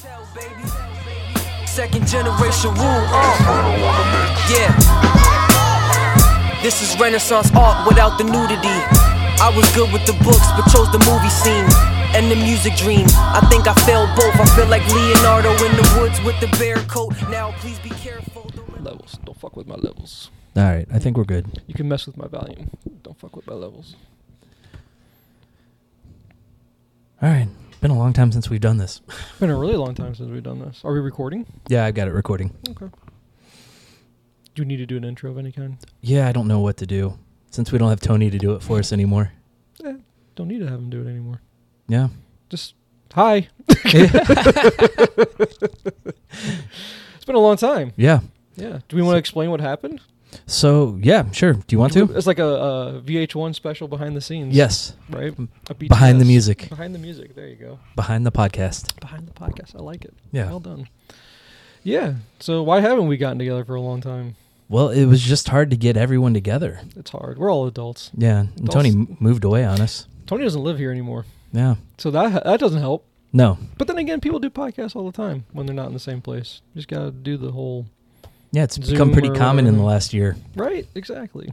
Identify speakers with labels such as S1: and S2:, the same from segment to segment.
S1: Tell, baby. Second generation rule. Uh. Yeah. This is Renaissance art without the nudity. I was good with the books, but chose the movie scene and the music dream. I think I failed both. I feel like Leonardo in the woods with the bear coat. Now please be careful. Don't let-
S2: Levels. Don't fuck with my levels.
S3: All right, I think we're good.
S2: You can mess with my volume. Don't fuck with my levels.
S3: All right, been a long time since we've done this.
S2: It's been a really long time since we've done this. Are we recording?
S3: Yeah, I've got it recording.
S2: Do you need to do an intro of any kind?
S3: Yeah, I don't know what to do since we don't have Tony to do it for us anymore.
S2: Don't need to have him do it anymore.
S3: Yeah,
S2: Just hi. it's been a long time.
S3: yeah.
S2: Yeah. Do we want to explain what happened?
S3: So yeah, sure. Do you want to?
S2: It's like a, uh VH1 special behind the scenes.
S3: Yes,
S2: Right. A
S3: behind the
S2: BTS.
S3: music,
S2: Behind the music. There you go.
S3: behind the podcast.
S2: Behind the podcast. I like it.
S3: Yeah.
S2: Well done. Yeah. So why haven't we gotten together for a long time?
S3: Well, it was just hard to get everyone together.
S2: It's hard. We're all adults.
S3: Yeah, and Tony m- moved away on us.
S2: Tony doesn't live here anymore,
S3: Yeah.
S2: so that that doesn't help.
S3: No.
S2: But then again, people do podcasts all the time when they're not in the same place. You just gotta do the whole
S3: Yeah, it's
S2: Zoom
S3: become pretty
S2: or
S3: common in the
S2: whatever.
S3: last year.
S2: right. Exactly.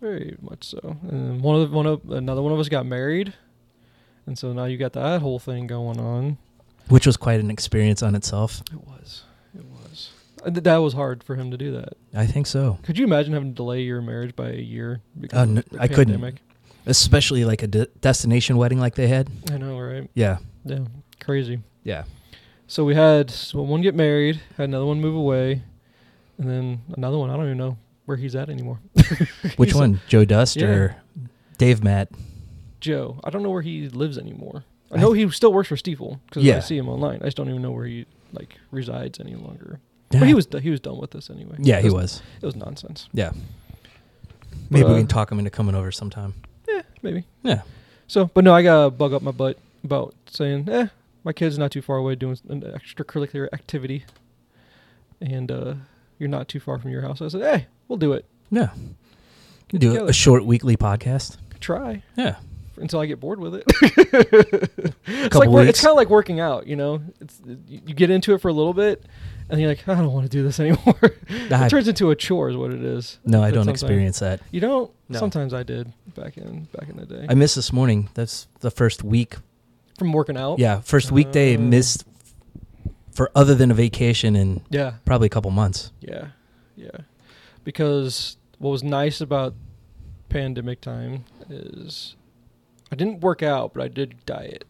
S2: Very much so. And one of the, one of another one of us got married, and so now you got that whole thing going on.
S3: which was quite an experience on itself.
S2: It was. It was. Uh, th- That was hard for him to do that.
S3: I think so,
S2: Could you imagine having to delay your marriage by a year because
S3: Uh,
S2: of
S3: n-
S2: the
S3: I couldn't.
S2: pandemic?
S3: especially like a de- destination wedding like they had.
S2: I know, right?
S3: Yeah,
S2: Yeah, crazy.
S3: yeah,
S2: So we had so one get married, had another one move away, and then another one. I don't even know where he's at anymore.
S3: which
S2: He's-
S3: one, Joe Dust
S2: Yeah.
S3: or Dave Matt?
S2: Joe. I don't know where he lives anymore. I
S3: I
S2: know he still works for Steeple because I
S3: Yeah.
S2: see him online. I just don't even know where he like resides any longer.
S3: Yeah.
S2: But he was he was done with this anyway.
S3: Yeah, he
S2: It
S3: was.
S2: It was nonsense.
S3: Yeah, maybe
S2: uh,
S3: we can talk him into coming over sometime.
S2: Maybe.
S3: Yeah,
S2: So, but no, I got a bug up my butt about saying, eh, my kid's not too far away doing an extracurricular activity, and uh, you're not too far from your house. I said, hey, we'll do it.
S3: yeah. You do
S2: together.
S3: a short weekly podcast.
S2: Try
S3: Yeah,
S2: until I get bored with it.
S3: a
S2: it's like
S3: couple
S2: wor- it's
S3: weeks.
S2: kind of like working out, you know. It's you you get into it for a little bit, and you're like, I don't want to do this anymore.
S3: I-
S2: it turns into a chore, is what it is.
S3: no, I
S2: But
S3: don't
S2: sometimes-
S3: experience that.
S2: You don't.
S3: No.
S2: Sometimes I did back in back in the day
S3: I missed this morning. That's the first week.
S2: from working out.
S3: Yeah, first weekday
S2: Oh. Uh.
S3: missed for other than a vacation in
S2: yeah,
S3: probably a couple months.
S2: yeah, yeah. Because what was nice about pandemic time is I didn't work out, but I did diet.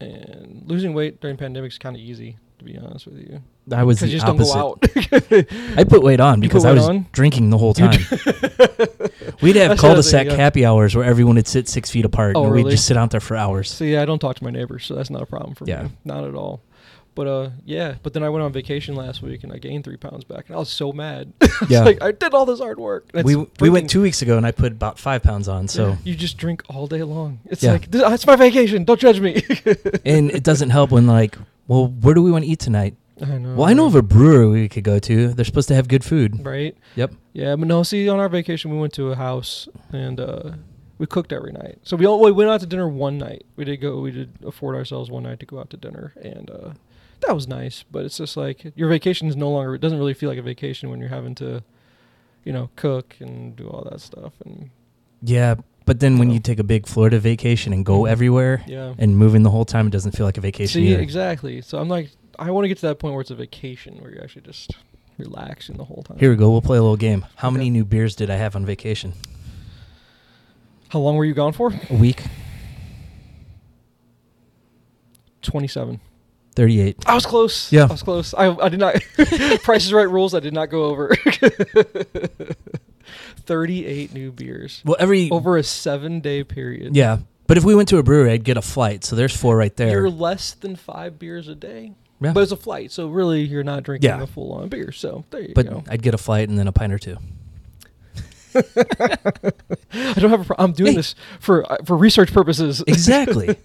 S2: And losing weight during pandemic is kind of easy, to be honest with you.
S3: I was
S2: 'Cause
S3: the
S2: you just
S3: opposite.
S2: don't go out.
S3: I put weight on
S2: You
S3: because
S2: put
S3: I
S2: weight
S3: was
S2: on?
S3: drinking the whole
S2: You
S3: time. we'd
S2: That's the
S3: have
S2: other
S3: cul-de-sac
S2: thing, yeah.
S3: happy hours where everyone would sit six feet apart,
S2: Oh,
S3: and
S2: really?
S3: we'd just sit out there for hours.
S2: See, I don't talk to my neighbors, so that's not a problem for
S3: Yeah.
S2: me. Not at all. But uh, yeah. But then I went on vacation last week and I gained three pounds back, and I was so mad. It's
S3: Yeah,
S2: like I did all this hard work. and it's
S3: we we
S2: freaking-
S3: went two weeks ago, and I put about five pounds on.
S2: Yeah,
S3: So,
S2: you just drink all day long. It's
S3: Yeah.
S2: like "Th- it's my vacation. Don't judge me.
S3: and it doesn't help when like, well, where do we want to eat tonight?
S2: I know.
S3: Well, I know of
S2: right?
S3: a brewery we could go to. They're supposed to have good food.
S2: right.
S3: Yep.
S2: Yeah, but no. See, on our vacation, we went to a house and uh, we cooked every night. So we all we went out to dinner one night. We did go. We did afford ourselves one night to go out to dinner, and uh, that was nice. But it's just like your vacation is no longer. It doesn't really feel like a vacation when you're having to, you know, cook and do all that stuff. And
S3: Yeah, but then when
S2: Oh.
S3: you take a big Florida vacation and go
S2: Mhm.
S3: everywhere
S2: yeah.
S3: and moving the whole time, it doesn't feel like a vacation.
S2: See,
S3: either.
S2: exactly. So I'm like, I want to get to that point where it's a vacation where you're actually just relaxing the whole time.
S3: Here we go. We'll play a little game. How
S2: Okay.
S3: many new beers did I have on vacation?
S2: How long were you gone for?
S3: A week,
S2: 27.
S3: thirty-eight.
S2: I was close.
S3: Yeah.
S2: I was close. I, I did not. Price is Right rules. I did not go over. 38 new beers
S3: Well, every
S2: over a seven day period.
S3: Yeah, but if we went to a brewery, I'd get a flight. So there's four right there.
S2: You're less than five beers a day.
S3: Yeah.
S2: But it's a flight. So really, you're not drinking
S3: Yeah.
S2: a full on beer. So there you
S3: but
S2: go.
S3: I'd get a flight and then a pint or two.
S2: I don't have a problem. I'm doing
S3: Hey.
S2: this for uh, for research purposes.
S3: Exactly.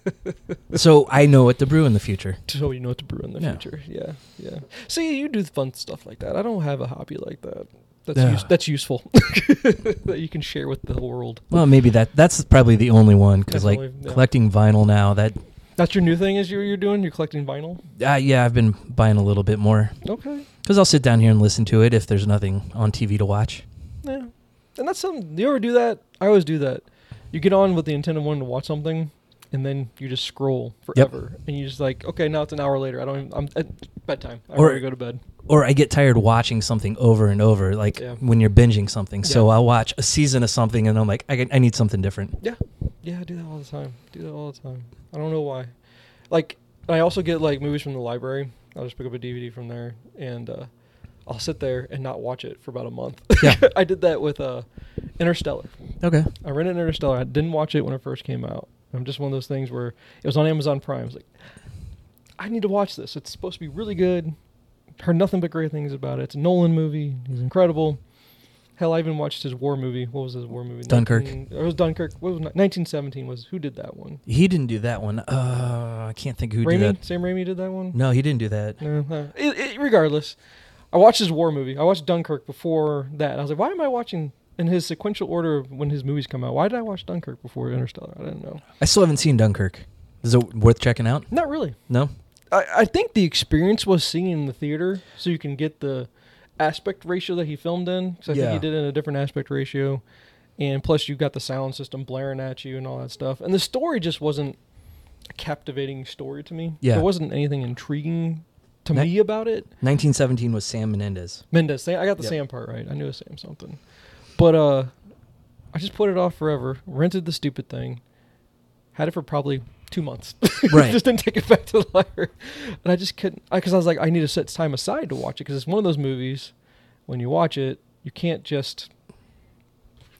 S3: so I know what to brew in the future.
S2: so you know what to brew in the
S3: Yeah.
S2: future. Yeah, yeah. See, you do fun stuff like that. I don't have a hobby like that. That's
S3: Yeah.
S2: use, that's useful that you can share with the whole world.
S3: Well, maybe that that's probably the only one because
S2: That's
S3: like
S2: only- yeah.
S3: collecting vinyl now that
S2: That's your new thing is you you're doing? You're collecting vinyl?
S3: Uh, yeah, I've been buying a little bit more
S2: Okay.
S3: because I'll sit down here and listen to it if there's nothing on TV to watch.
S2: Yeah. And that's something. Do you ever do that? I always do that. You get on with the intent of wanting to watch something, and then you just scroll
S3: Yep.
S2: forever, and you just like, okay, now it's an hour later. I don't. Even, I'm at bedtime. I
S3: Or-
S2: already go to bed.
S3: Or I get tired watching something over and over, like
S2: Yeah.
S3: when you're binging something. So
S2: Yeah.
S3: I'll watch a season of something and I'm like, I, I need something different.
S2: Yeah, yeah, I do that all the time. Do that all the time. I don't know why. Like, I also get like movies from the library. I'll just pick up a DVD from there, and uh, I'll sit there and not watch it for about a month.
S3: Yeah.
S2: I did that with uh, Interstellar.
S3: Okay.
S2: I rented Interstellar. I didn't watch it when it first came out. I'm just one of those things where it was on Amazon Prime. I was like, I need to watch this. It's supposed to be really good. Heard nothing but great things about it. It's a Nolan movie. He's incredible. Hell, I even watched his war movie. What was his war movie?
S3: Dunkirk.
S2: 19 it was Dunkirk. What was ni- 1917? Was who did that one?
S3: He didn't do that one. Uh, I can't think who
S2: Raimi.
S3: did
S2: Sam Raimi did that one.
S3: that. No, he didn't do that.
S2: No, no. It, it, regardless, I watched his war movie. I watched Dunkirk before that. and I was like, why am I watching in his sequential order of when his movies come out? Why did I watch Dunkirk before Interstellar? I don't know.
S3: I still haven't seen Dunkirk. Is it worth checking out?
S2: Not really.
S3: No.
S2: I, I think the experience was seeing in the theater, so you can get the aspect ratio that he filmed in. Because I
S3: Yeah.
S2: think he did it in a different aspect ratio, and plus you got the sound system blaring at you and all that stuff. And the story just wasn't a captivating story to me.
S3: Yeah.
S2: there wasn't anything intriguing to
S3: Ne-
S2: me about it.
S3: 1917 was Sam Menendez.
S2: Mendez. Sam, I got the
S3: Yep.
S2: Sam part right. I knew it was Sam something. But uh I just put it off forever, rented the stupid thing, had it for probably two months.
S3: Right.
S2: just didn't take it back to the library. And I just couldn't, because I, was like, I need to set time aside to watch it because it's one of those movies, when you watch it, you can't just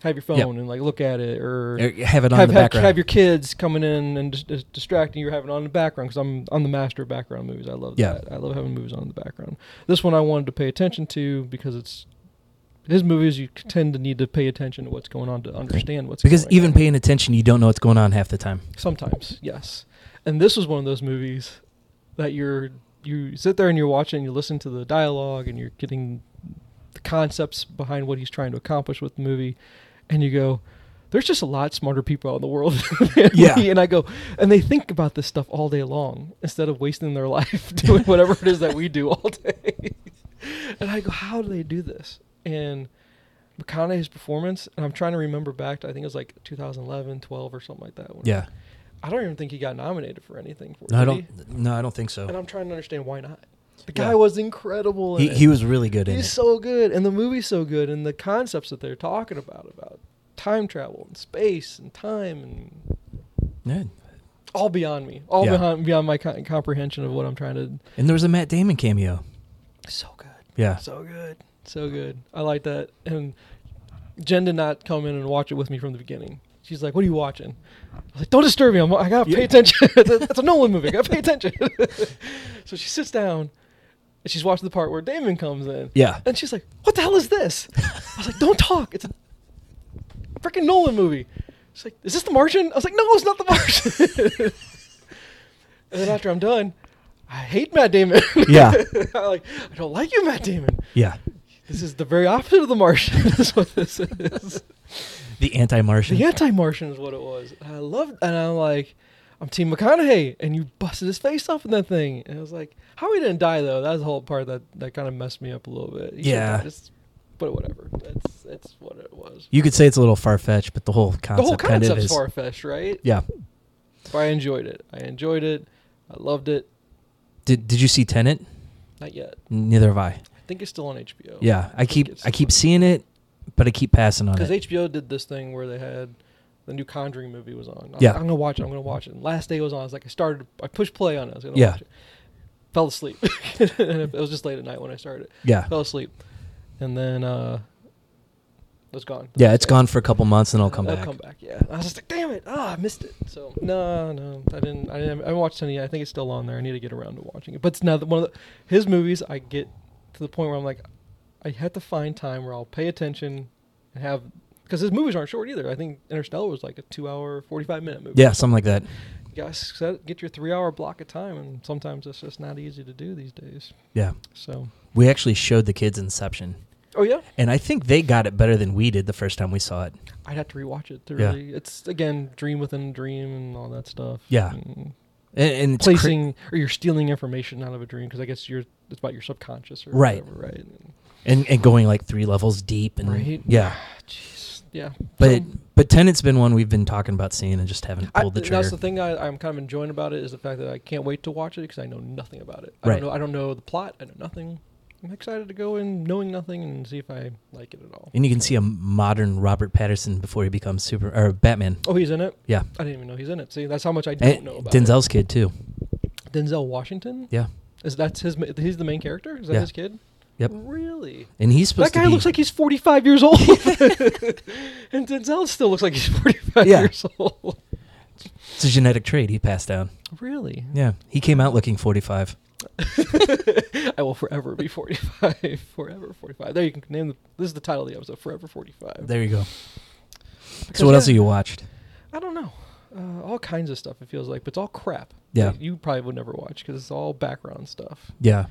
S2: have your phone
S3: Yep.
S2: and like look at it or
S3: Er, Have it on
S2: have,
S3: the
S2: have,
S3: background.
S2: have your kids coming in and just, just distracting you or having it on the background because I'm I'm the master of background movies. I love
S3: Yeah.
S2: that. I love having movies on in the background. This one I wanted to pay attention to because it's his movies. You tend to need to pay attention to what's going on to understand what's
S3: because
S2: going
S3: even
S2: on.
S3: paying attention, you don't know what's going on half the time.
S2: sometimes yes, and this was one of those movies that you're you sit there and you're watching, you listen to the dialogue, and you're getting the concepts behind what he's trying to accomplish with the movie, and you go, "There's just a lot smarter people out in the world." than
S3: Yeah.
S2: me." and I go, and they think about this stuff all day long instead of wasting their life doing whatever it is that we do all day. and I go, "How do they do this?" And McConaughey's performance, and I'm trying to remember back. To, I think it was like 2011, 12, or something like that. when-
S3: Yeah.
S2: I don't even think he got nominated for anything for it.
S3: No, I
S2: did he?
S3: don't. No, I don't think
S2: And
S3: so.
S2: I'm trying to understand why not. The
S3: Yeah.
S2: guy was incredible. In
S3: He,
S2: it.
S3: he was really good in
S2: He's
S3: it.
S2: so good, and the movie's so good, and the concepts that they're talking about about time travel and space and time and
S3: Yeah.
S2: all beyond me, all
S3: Yeah.
S2: beyond beyond my co- comprehension of what I'm trying to.
S3: And there was a Matt Damon cameo.
S2: So good,
S3: Yeah.
S2: so good, so good. I like that. And Jen did not come in and watch it with me from the beginning. She's like, "What are you watching?" I was like, "Don't disturb me. I'm, I gotta pay
S3: You-
S2: attention. That's a- that's a Nolan movie. I gotta pay attention." so she sits down, and she's watching the part where Damon comes in.
S3: Yeah.
S2: And she's like, "What the hell is this?" I was like, "Don't talk. It's a freaking Nolan movie." She's like, "Is this The Martian?" I was like, "No, it's not The Martian." and then after I'm done, I hate Matt Damon.
S3: Yeah.
S2: I like I don't like you, Matt Damon.
S3: Yeah.
S2: This is the very opposite of The Martian. is what this is.
S3: The anti-Martian.
S2: The anti-Martian is what it was. And I loved, and I'm like, I'm Team McConaughey, and you busted his face off in that thing. And I was like, how he didn't die though. That was the whole part that that kind of messed me up a little bit. He should've
S3: Yeah.
S2: died. It's- but whatever. That's that's what it was.
S3: You could say it's a little far fetched, but the whole concept,
S2: the whole
S3: kind of
S2: concept's
S3: is.
S2: far fetched, right?
S3: Yeah.
S2: But I enjoyed it. I enjoyed it. I loved it.
S3: Did Did you see Tenet?
S2: Not yet.
S3: Neither have I.
S2: I think it's still on HBO.
S3: Yeah, I keep
S2: it's
S3: I keep
S2: fun.
S3: seeing it, but I keep passing on
S2: Because
S3: it.
S2: HBO did this thing where they had the new Conjuring movie was on. I was
S3: Yeah.
S2: like, I'm gonna watch it. I'm gonna watch it. And last day was on. I was like, I started. I pushed play on it. I was gonna
S3: Yeah.
S2: watch it. Fell asleep. and it was just late at night when I started.
S3: yeah,
S2: Fell asleep, and then uh, it was gone.
S3: yeah, it's gone for a couple months, and I'll come
S2: It'll
S3: back.
S2: Come back. Yeah. I was just like, damn it. Ah, I missed it. So no, no, I didn't. I didn't. I haven't watched any. yet. I think it's still on there. I need to get around to watching it. But it's now that one of the, his movies. I get to the point where I'm like, I had to find time where I'll pay attention and have because his movies aren't short either. I think Interstellar was like a two hour, forty five minute movie.
S3: Yeah, something like that.
S2: You gotta set, get your three hour block of time, and sometimes it's just not easy to do these days.
S3: Yeah,
S2: So.
S3: we actually showed the kids Inception,
S2: Oh yeah,
S3: and I think they got it better than we did the first time we saw it.
S2: I'd have to rewatch it. To
S3: Yeah.
S2: really, it's again dream within a dream and all that stuff.
S3: Yeah.
S2: Mm.
S3: and, and it's cra-
S2: placing or you're stealing information out of a dream because I guess you're it's about your subconscious or
S3: Right.
S2: whatever, right?
S3: and, and going like three levels deep and
S2: Right.
S3: yeah.
S2: Jeez, yeah.
S3: But
S2: So-
S3: it, but Tenant's been one we've been talking about seeing and just haven't
S2: I,
S3: pulled the
S2: th-
S3: trigger.
S2: that's the thing I, I'm kind of enjoying about it is the fact that I can't wait to watch it because I know nothing about it. I
S3: Right.
S2: don't know. I don't know the plot. I know nothing. I'm excited to go in knowing nothing and see if I like it at all.
S3: and you can see a modern Robert Patterson before he becomes super or Batman.
S2: Oh, he's in it.
S3: Yeah.
S2: I didn't even know he's in it. See, that's how much I don't
S3: And
S2: know about it.
S3: Denzel's kid too.
S2: Denzel Washington.
S3: Yeah.
S2: Is that's his? ma- He's the main character. Is that
S3: Yeah.
S2: his kid?
S3: Yep.
S2: Really?
S3: And he's
S2: That
S3: supposed
S2: guy
S3: to be
S2: looks like he's 45 years old, and Denzel still looks like he's 45
S3: Yeah.
S2: years old.
S3: it's a genetic trait he passed down.
S2: Really?
S3: Yeah. He came out looking 45.
S2: I will forever be 45. Forever 45. There you can name the, this is the title of the episode, Forever 45.
S3: There you go.
S2: Because,
S3: So what else
S2: yeah,
S3: have you watched?
S2: I don't know. Uh, all kinds of stuff it feels like, but it's all crap.
S3: Yeah.
S2: that you probably would never watch because it's all background stuff.
S3: Yeah.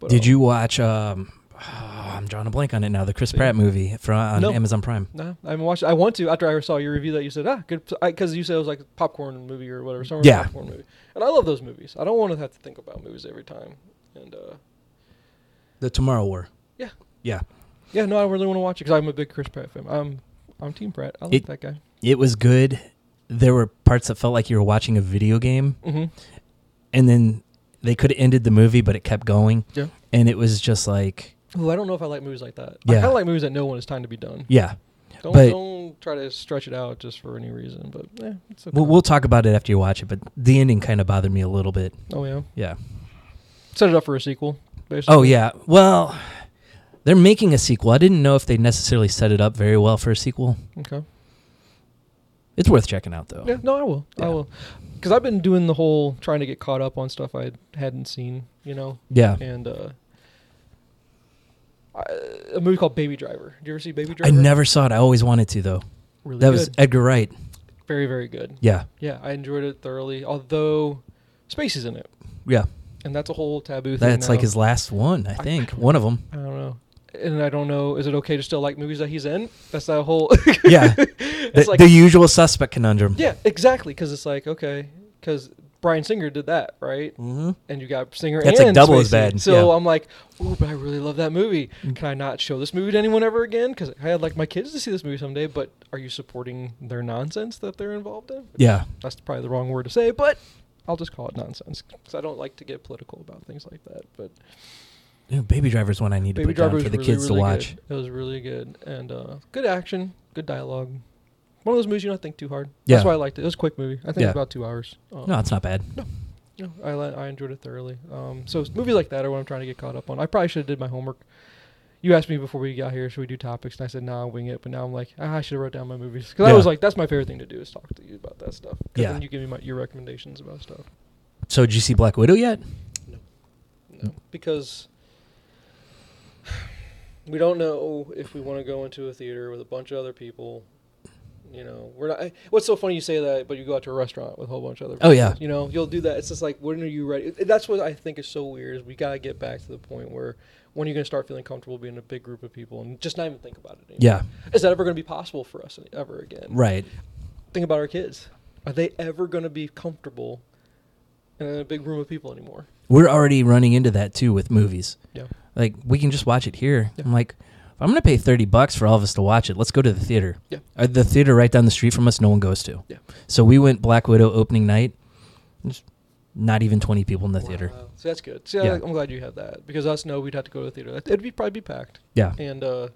S2: But uh,
S3: Did
S2: I'll-
S3: you watch um oh, I'm drawing a blank on it now, the Chris
S2: Thing.
S3: Pratt movie from on
S2: No.
S3: Amazon Prime.
S2: No, I haven't watched. I want to. After I saw your review that you said, ah, good, because you said it was like a popcorn movie or whatever, summer
S3: Yeah.
S2: popcorn movie. And I love those movies. I don't want to have to think about movies every time. And uh,
S3: The Tomorrow War.
S2: Yeah.
S3: Yeah.
S2: yeah, no, I really want to watch it because I'm a big Chris Pratt fan. I'm, I'm Team Pratt. I like
S3: It-
S2: that guy.
S3: It was good. There were parts that felt like you were watching a video game
S2: Mm-hmm.
S3: and then they could have ended the movie but it kept going.
S2: Yeah.
S3: And it was just like
S2: Ooh, I don't know if I like movies like that. I
S3: Yeah.
S2: kind of like movies that know when it's time to be done.
S3: yeah.
S2: Don't
S3: But-
S2: don't try to stretch it out just for any reason. But yeah, it's okay.
S3: We'll, we'll talk about it after you watch it, but the ending kind of bothered me a little bit.
S2: oh yeah,
S3: Yeah.
S2: set it up for a sequel. Basically.
S3: Oh yeah. Well, they're making a sequel. I didn't know if they necessarily set it up very well for a sequel.
S2: Okay.
S3: It's worth checking out though.
S2: Yeah. No, I will. I
S3: Yeah.
S2: will. Because I've been doing the whole trying to get caught up on stuff I hadn't seen. You know,
S3: Yeah.
S2: and uh, I, a movie called Baby Driver. Did you ever see Baby
S3: I
S2: Driver?
S3: never saw it. I always wanted to though.
S2: Really
S3: That
S2: good.
S3: was Edgar Wright.
S2: very very good.
S3: Yeah.
S2: Yeah, I enjoyed it thoroughly. Although, space is in it,
S3: Yeah.
S2: and that's a whole taboo. thing
S3: That's like
S2: now.
S3: his last one, I
S2: I-
S3: think. one of them.
S2: I don't know. And I don't know. Is it okay to still like movies that he's in? That's that whole.
S3: Yeah. the,
S2: it's like
S3: the usual suspect conundrum.
S2: yeah, exactly. Because it's like okay, because Brian Singer did that right,
S3: hmm
S2: and you got Singer.
S3: That's, like,
S2: and
S3: double as
S2: Swayze.
S3: bad,
S2: So
S3: yeah.
S2: I'm like, oh, but I really love that movie. Can I not show this movie to anyone ever again? Because I had like my kids to see this movie someday. But are you supporting their nonsense that they're involved in?
S3: Yeah.
S2: That's probably the wrong word to say, but I'll just call it nonsense because I don't like to get political about things like that. But
S3: Dude, Baby Driver's one I need to
S2: Baby
S3: put down
S2: Driver
S3: for
S2: was
S3: the
S2: really,
S3: kids
S2: really
S3: to watch.
S2: Good. It was really good and uh, good action, good dialogue. One of those movies you don't think too hard.
S3: Yeah.
S2: That's why I liked it. It was a quick movie. I think it
S3: Yeah.
S2: was about two hours. Um,
S3: No, it's not bad.
S2: no, I li- I enjoyed it thoroughly. Um, so s- movies like that are what I'm trying to get caught up on. I probably should have did my homework. You asked me before we got here, should we do topics? And I said, nah, I'll wing it. But now I'm like, ah, I should have wrote down my movies because I
S3: Yeah.
S2: was like, that's my favorite thing to do is talk to you about that stuff. 'Cause
S3: Yeah.
S2: Then you give me my, your recommendations about stuff.
S3: So did you see Black Widow yet?
S2: No, because we don't know if we want to go into a theater with a bunch of other people. You know, we're not. I- What's so funny you say that, but you go out to a restaurant with a whole bunch of other.
S3: Oh, yeah.
S2: You know, you'll do that. It's just like, when are you ready? It- That's what I think is so weird. Is we gotta get back to the point where when are you gonna start feeling comfortable being in a big group of people and just not even think about it. anymore?
S3: Yeah.
S2: Is that ever gonna be possible for us ever again?
S3: Right.
S2: Think about our kids. Are they ever gonna be comfortable in a big room of people anymore?
S3: We're already running into that too with movies.
S2: Yeah.
S3: Like we can just watch it here.
S2: Yeah.
S3: I'm like, if I'm gonna pay thirty bucks for all of us to watch it, let's go to the theater.
S2: Yeah.
S3: Uh, the theater right down the street from us, no one goes to.
S2: Yeah.
S3: So we went Black Widow opening night. There's Not even twenty people in the theater.
S2: Wow. So that's good. So
S3: Yeah.
S2: I'm glad you have that because us no, we'd have to go to the theater. That- It'd be probably be packed,
S3: Yeah.
S2: and uh,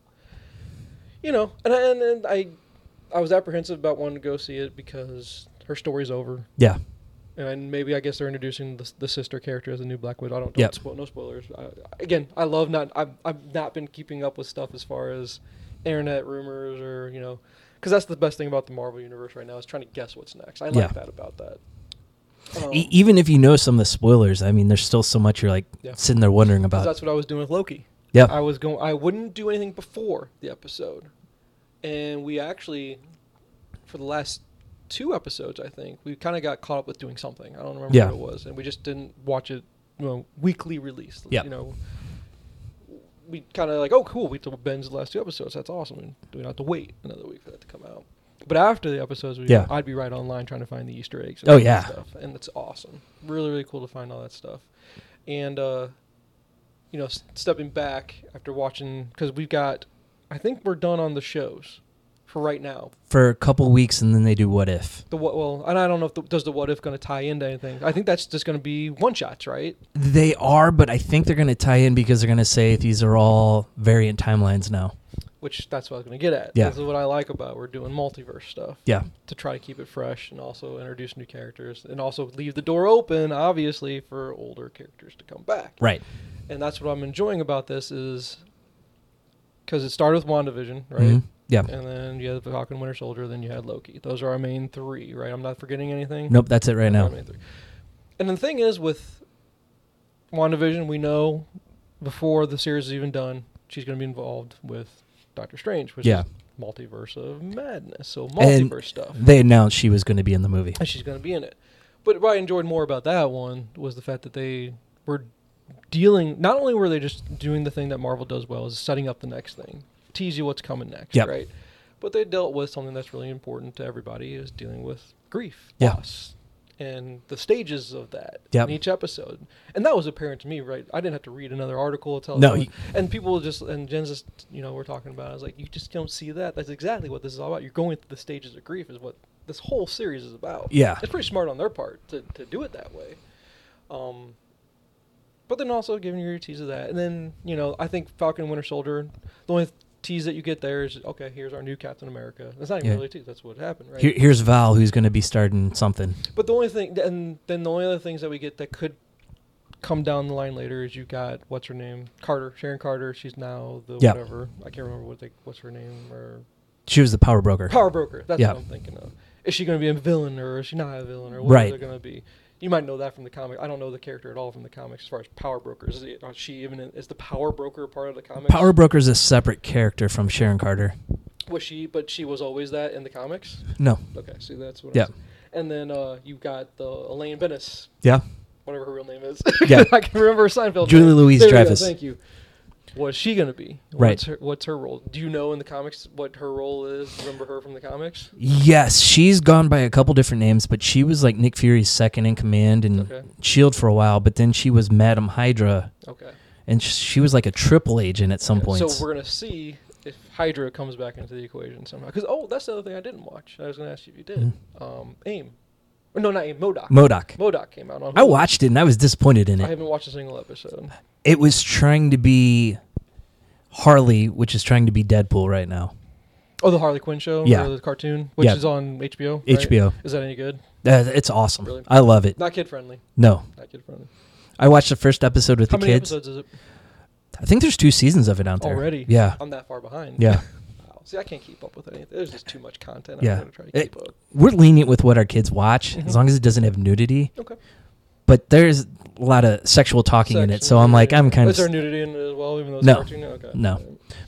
S2: you know, and I, and, and I, I was apprehensive about wanting to go see it because her story's over,
S3: Yeah.
S2: and maybe I guess they're introducing the, the sister character as a new Black Widow. I don't,
S3: Yep.
S2: don't spoil, no spoilers. I, again, I love not. I've I've not been keeping up with stuff as far as internet rumors or you know, because that's the best thing about the Marvel universe right now is trying to guess what's next. I like
S3: Yeah.
S2: that about that.
S3: E-
S2: Um,
S3: even if you know some of the spoilers, I mean, there's still so much you're like
S2: Yeah.
S3: sitting there wondering
S2: 'Cause
S3: about.
S2: that's what I was doing with Loki.
S3: Yep.
S2: I was going. I wouldn't do anything before the episode, and we actually, for the last two episodes, I think we kind of got caught up with doing something. I don't remember
S3: Yeah.
S2: what it was, and we just didn't watch it. You know, weekly release.
S3: Yeah.
S2: You know, we kind of like, oh, cool. We told Ben's the last two episodes. That's awesome. And we don't have to wait another week for that to come out. But after the episodes, we,
S3: Yeah.
S2: I'd be right online trying to find the Easter eggs.
S3: Oh,
S2: all that
S3: yeah.
S2: stuff. and it's awesome. Really, really cool to find all that stuff. And uh, you know, s- stepping back after watching because we've got, I think we're done on the shows for right now.
S3: for a couple weeks, and then they do what if.
S2: The what? Well, and I don't know if the, does the what if going to tie into anything. I think that's just going to be one shots, right?
S3: They are, but I think they're going to tie in because they're going to say these are all variant timelines now.
S2: Which that's what I was going to get at.
S3: Yeah.
S2: This is what I like about we're doing multiverse stuff.
S3: Yeah.
S2: to try to keep it fresh and also introduce new characters and also leave the door open obviously for older characters to come back
S3: Right.
S2: and that's what i'm enjoying about this is because it started with wandavision right
S3: Mhm. Yeah.
S2: and then you had the falcon winter soldier then you had loki those are our main three right i'm not forgetting anything
S3: Nope. That's it right
S2: Those are our
S3: now.
S2: main three. and the thing is with wandavision we know before the series is even done she's going to be involved with doctor strange which
S3: Yeah.
S2: is multiverse of madness so
S3: And
S2: multiverse stuff
S3: They announced she was going to be in the movie.
S2: and she's going to be in it. But what I enjoyed more about that one was the fact that they were dealing. Not only were they just doing the thing that Marvel does well, is setting up the next thing, tease you what's coming next,
S3: Yep.
S2: right? But they dealt with something that's really important to everybody: is dealing with grief,
S3: Yeah.
S2: loss, and the stages of that
S3: Yep.
S2: in each episode. And that was apparent to me, right? I didn't have to read another article. Tell
S3: No, you-
S2: and people will just and Jen's just you know we're talking about. it. I was like, you just don't see that. That's exactly what this is all about. You're going through the stages of grief is what this whole series is about.
S3: Yeah.
S2: it's pretty smart on their part to, to do it that way. Um, but then also giving you your tease of that, and then you know I think Falcon and Winter Soldier. The only tease that you get there is okay. Here's our new Captain America. That's not even
S3: Yeah.
S2: really a tease. That's what happened, right?
S3: Here, here's Val, who's going to be starting something.
S2: But the only thing, and then the only other things that we get that could come down the line later is you got what's her name, Carter, Sharon Carter. She's now the
S3: Yeah.
S2: whatever. I can't remember what they, what's her name or
S3: She was the power broker.
S2: power broker. That's
S3: Yeah.
S2: what I'm thinking of. Is she going to be a villain or is she not a villain or what
S3: Right.
S2: is it going to be? You might know that from the comic. I don't know the character at all from the comics as far as power brokers. Is it, are she even in, is the power broker part of the comics?
S3: Power broker's a separate character from Sharon Carter.
S2: was she? But she was always that in the comics.
S3: No.
S2: Okay, see that's what.
S3: Yeah.
S2: I'm saying. and then uh, you got the Elaine Bennis
S3: Yeah.
S2: whatever her real name is.
S3: Yeah.
S2: I can remember her Seinfeld.
S3: Julie
S2: name.
S3: Louise
S2: There we go,
S3: Dreyfus.
S2: Thank you. What's she gonna be?
S3: Right.
S2: What's her, what's her role? Do you know in the comics what her role is? Remember her from the comics?
S3: Yes, she's gone by a couple different names, but she was like Nick Fury's second in command and
S2: Okay.
S3: Shield E for a while. But then she was Madam Hydra,
S2: Okay.
S3: and sh- she was like a triple agent at some
S2: Yeah,
S3: points.
S2: So we're gonna see if Hydra comes back into the equation somehow. Because oh, that's the other thing I didn't watch. I was gonna ask you if you did. Um, AIM. Or no, not AIM. Modoc.
S3: Mm-hmm. Modoc.
S2: Modoc came out on.
S3: I
S2: Hulu.
S3: watched it and I was disappointed in
S2: I
S3: it.
S2: haven't watched a single episode.
S3: It was trying to be Harley, which is trying to be Deadpool right now.
S2: Oh, the Harley Quinn show.
S3: Yeah.
S2: Or the cartoon, which
S3: Yeah.
S2: is on HBO. right?
S3: HBO.
S2: Is that any good?
S3: Uh, it's awesome.
S2: Really?
S3: I love it.
S2: Not kid friendly.
S3: No,
S2: Not kid friendly.
S3: I watched the first episode with
S2: How
S3: the
S2: many
S3: kids.
S2: episodes is it?
S3: I think there's two seasons of it out there
S2: already. Uh,
S3: Yeah,
S2: I'm that far behind.
S3: yeah.
S2: Wow. See, I can't keep up with anything. There's just too much content.
S3: Yeah.
S2: I'm gonna try to keep up.
S3: We're lenient with what our kids watch as
S2: Mhm.
S3: long as it doesn't have nudity.
S2: Okay.
S3: but there's a lot of sexual talking in it.
S2: Section,
S3: So I'm like,
S2: nudity.
S3: I'm kind
S2: Is there
S3: of,
S2: nudity in it as well, even though it's
S3: No.
S2: cartoon? Okay.
S3: No.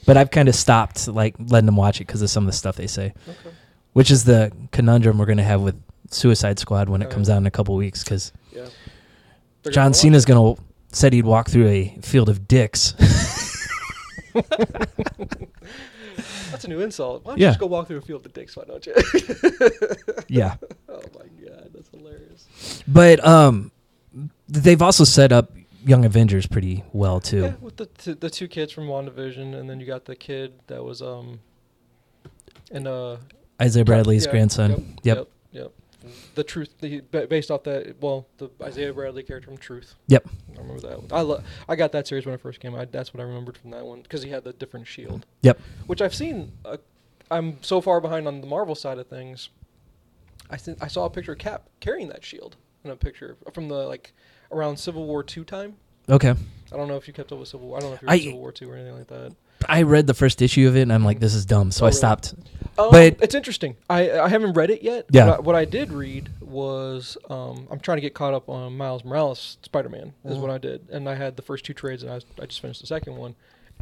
S3: but I've kind of stopped like letting them watch it because of some of the stuff they say,
S2: Okay.
S3: which is the conundrum we're gonna have with Suicide Squad when
S2: Oh,
S3: it comes
S2: yeah.
S3: out in a couple weeks because
S2: Yeah. They're gonna
S3: John
S2: watch
S3: Cena's gonna said he'd walk through a field of dicks.
S2: it. That's a new insult. Why don't
S3: Yeah.
S2: you just go walk through a field of dicks? Why don't you?
S3: yeah,
S2: oh my god, that's hilarious.
S3: but um, they've also set up Young Avengers pretty well too.
S2: Yeah, with the t- the two kids from WandaVision, and then you got the kid that was um. And uh,
S3: Isaiah Bradley's
S2: yeah,
S3: grandson. Yep.
S2: Yep. Yep. The truth, the, ba- based off that, well, the Isaiah Bradley character from Truth.
S3: Yep.
S2: I remember that. One. I lo- I got that series when it first came. out. that's what I remembered from that one because he had the different shield,
S3: Yep.
S2: which I've seen. Uh, I'm so far behind on the Marvel side of things. I seen, I saw a picture of Cap carrying that shield and a picture from the like around Civil War two time.
S3: Okay.
S2: I don't know if you kept up with Civil War. I don't know if you
S3: I-
S2: were in Civil War two or anything like that.
S3: I read the first issue of it and I'm like, this is dumb. So
S2: Oh,
S3: I
S2: really?
S3: stopped.
S2: Um,
S3: But-
S2: it's interesting. I I haven't read it yet.
S3: Yeah.
S2: What I, what I did read was um, I'm trying to get caught up on Miles Morales Spider Man is
S3: Mm.
S2: what I did, and I had the first two trades, and I, was- I just finished the second one,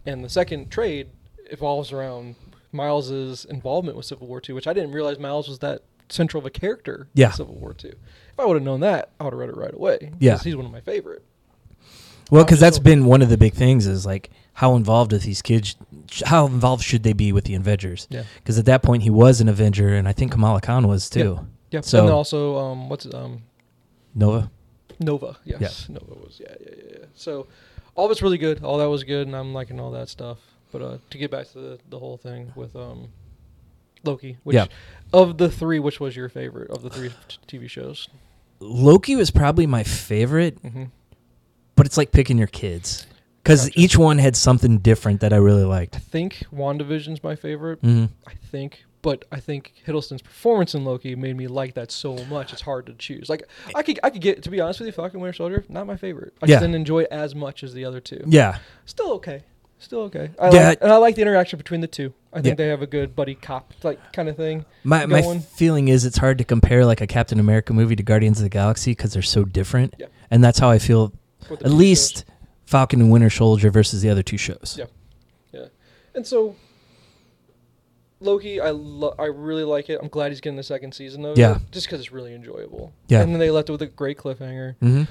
S2: and the second trade evolves around Miles's involvement with Civil War Two, which I didn't realize Miles was that central of a character.
S3: Yeah.
S2: In Civil War Two. If I would have known that, I would have read it right away. 'cause
S3: Yeah.
S2: He's one of my favorite.
S3: Well, because that's been one of the big things is like how involved are these kids? sh- How involved should they be with the Avengers?
S2: Yeah.
S3: Because at that point he was an Avenger, and I think Kamala Khan was
S2: Yeah.
S3: too.
S2: Yep.
S3: So-
S2: and then also, um, what's um,
S3: Nova.
S2: Nova? Yes, Nova was. Yeah, yeah, yeah, yeah. So, all of it's really good. All that was good, and I'm liking all that stuff. But uh, to get back to the, the whole thing with um, Loki, which
S3: Yeah.
S2: of the three, which was your favorite of the three t- TV shows?
S3: Loki was probably my favorite,
S2: Mm-hmm.
S3: but it's like picking your kids because
S2: Gotcha.
S3: each one had something different that I really liked.
S2: I think WandaVision's my favorite.
S3: hmm
S2: I think. But I think Hiddleston's performance in Loki made me like that so much. It's hard to choose. Like I could, I could get to be honest with you, Falcon Winter Soldier, not my favorite. I
S3: Yeah.
S2: just didn't enjoy it as much as the other two.
S3: Yeah.
S2: Still okay, still okay. I
S3: Yeah.
S2: like, and I like the interaction between the two. I think
S3: Yeah.
S2: they have a good buddy cop like kind of thing.
S3: My, my
S2: Going.
S3: feeling is it's hard to compare like a Captain America movie to Guardians of the Galaxy because they're so different,
S2: Yeah.
S3: and that's how I feel.
S2: with the
S3: At
S2: two
S3: least Falcon and Winter Soldier versus the other two shows.
S2: Yeah. shows. and so Loki, I lo- I really like it. I'm glad he's getting a second season of
S3: Yeah.
S2: it, just because it's really enjoyable.
S3: Yeah.
S2: and then they left it with a great cliffhanger.
S3: hmm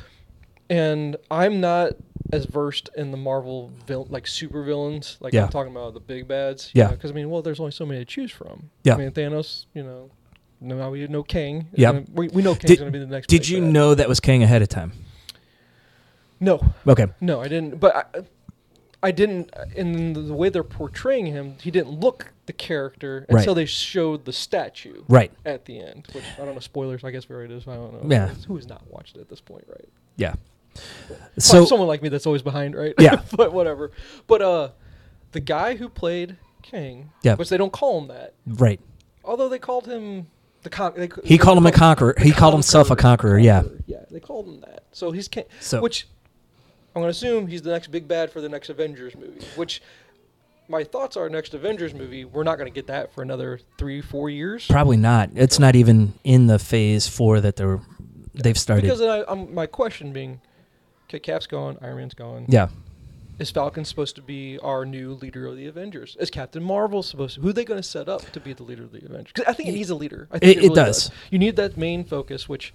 S2: and I'm not as versed in the Marvel vil- like super villains. Like
S3: Yeah.
S2: I'm talking about the big bads.
S3: Yeah.
S2: Because I mean, well, there's only so many to choose from.
S3: Yeah.
S2: I mean, Thanos. You know, no, now we know King. is
S3: Yep.
S2: gonna- We, we know King's
S3: Did-
S2: gonna be the next.
S3: Did
S2: big
S3: you
S2: bad.
S3: know that was King ahead of time?
S2: No,
S3: Okay.
S2: no, I didn't. But I, I didn't. In the way they're portraying him, he didn't look the character
S3: Right.
S2: until they showed the statue.
S3: Right.
S2: At the end, which I don't know. Spoilers, I guess we already did. So I don't know.
S3: Yeah.
S2: Who has not watched it at this point, right?
S3: Yeah.
S2: so
S3: So
S2: someone like me that's always behind, right?
S3: Yeah.
S2: but whatever. But uh, the guy who played King,
S3: Yeah.
S2: which they don't call him that,
S3: right.
S2: although they called him the con. They,
S3: He
S2: they
S3: called him a conqueror.
S2: the
S3: He called himself a conqueror, yeah.
S2: yeah. They called him that. So he's King.
S3: So-
S2: which I'm gonna assume he's the next big bad for the next Avengers movie. Which my thoughts are, next Avengers movie, we're not gonna get that for another three, four years.
S3: Probably not. It's not even in the phase four that they're they've started.
S2: Because then I, I'm, my question being, okay, Cap's gone, Iron Man's gone.
S3: yeah.
S2: Is Falcon supposed to be our new leader of the Avengers? Is Captain Marvel supposed to? Who are they going to set up to be the leader of the Avengers? 'Cause I think it needs a leader. I think
S3: It- it does.
S2: You need that main focus, which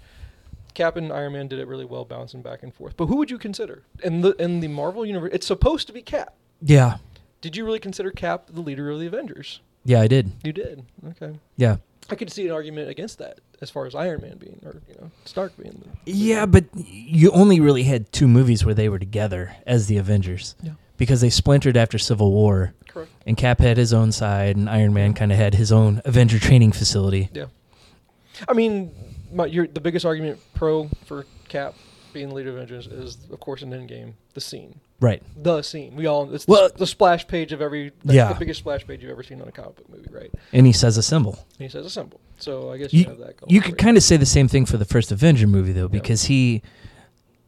S2: Cap and Iron Man did it really well, bouncing back and forth. But who would you consider in the in the Marvel universe? It's supposed to be Cap.
S3: Yeah.
S2: Did you really consider Cap the leader of the Avengers?
S3: Yeah, I did.
S2: You did. Okay.
S3: Yeah.
S2: I could see an argument against that, as far as Iron Man being, or you know, Stark being. The leader.
S3: Yeah, but you only really had two movies where they were together as the Avengers.
S2: Yeah.
S3: Because they splintered after Civil War
S2: Correct.
S3: and Cap had his own side and Iron Man kind of had his own Avenger training facility.
S2: Yeah. I mean, my, your, the biggest argument pro for Cap being the leader of Avengers is, of course, in Endgame, the scene.
S3: Right.
S2: The scene. We all, it's
S3: Well-
S2: the, splash page of every, that's
S3: Yeah.
S2: the biggest splash page you've ever seen on a comic book movie, right?
S3: And he says a symbol.
S2: And he says assemble. So I guess you, have
S3: you,
S2: that going.
S3: you could kind of say the same thing for the first Avenger movie though, because he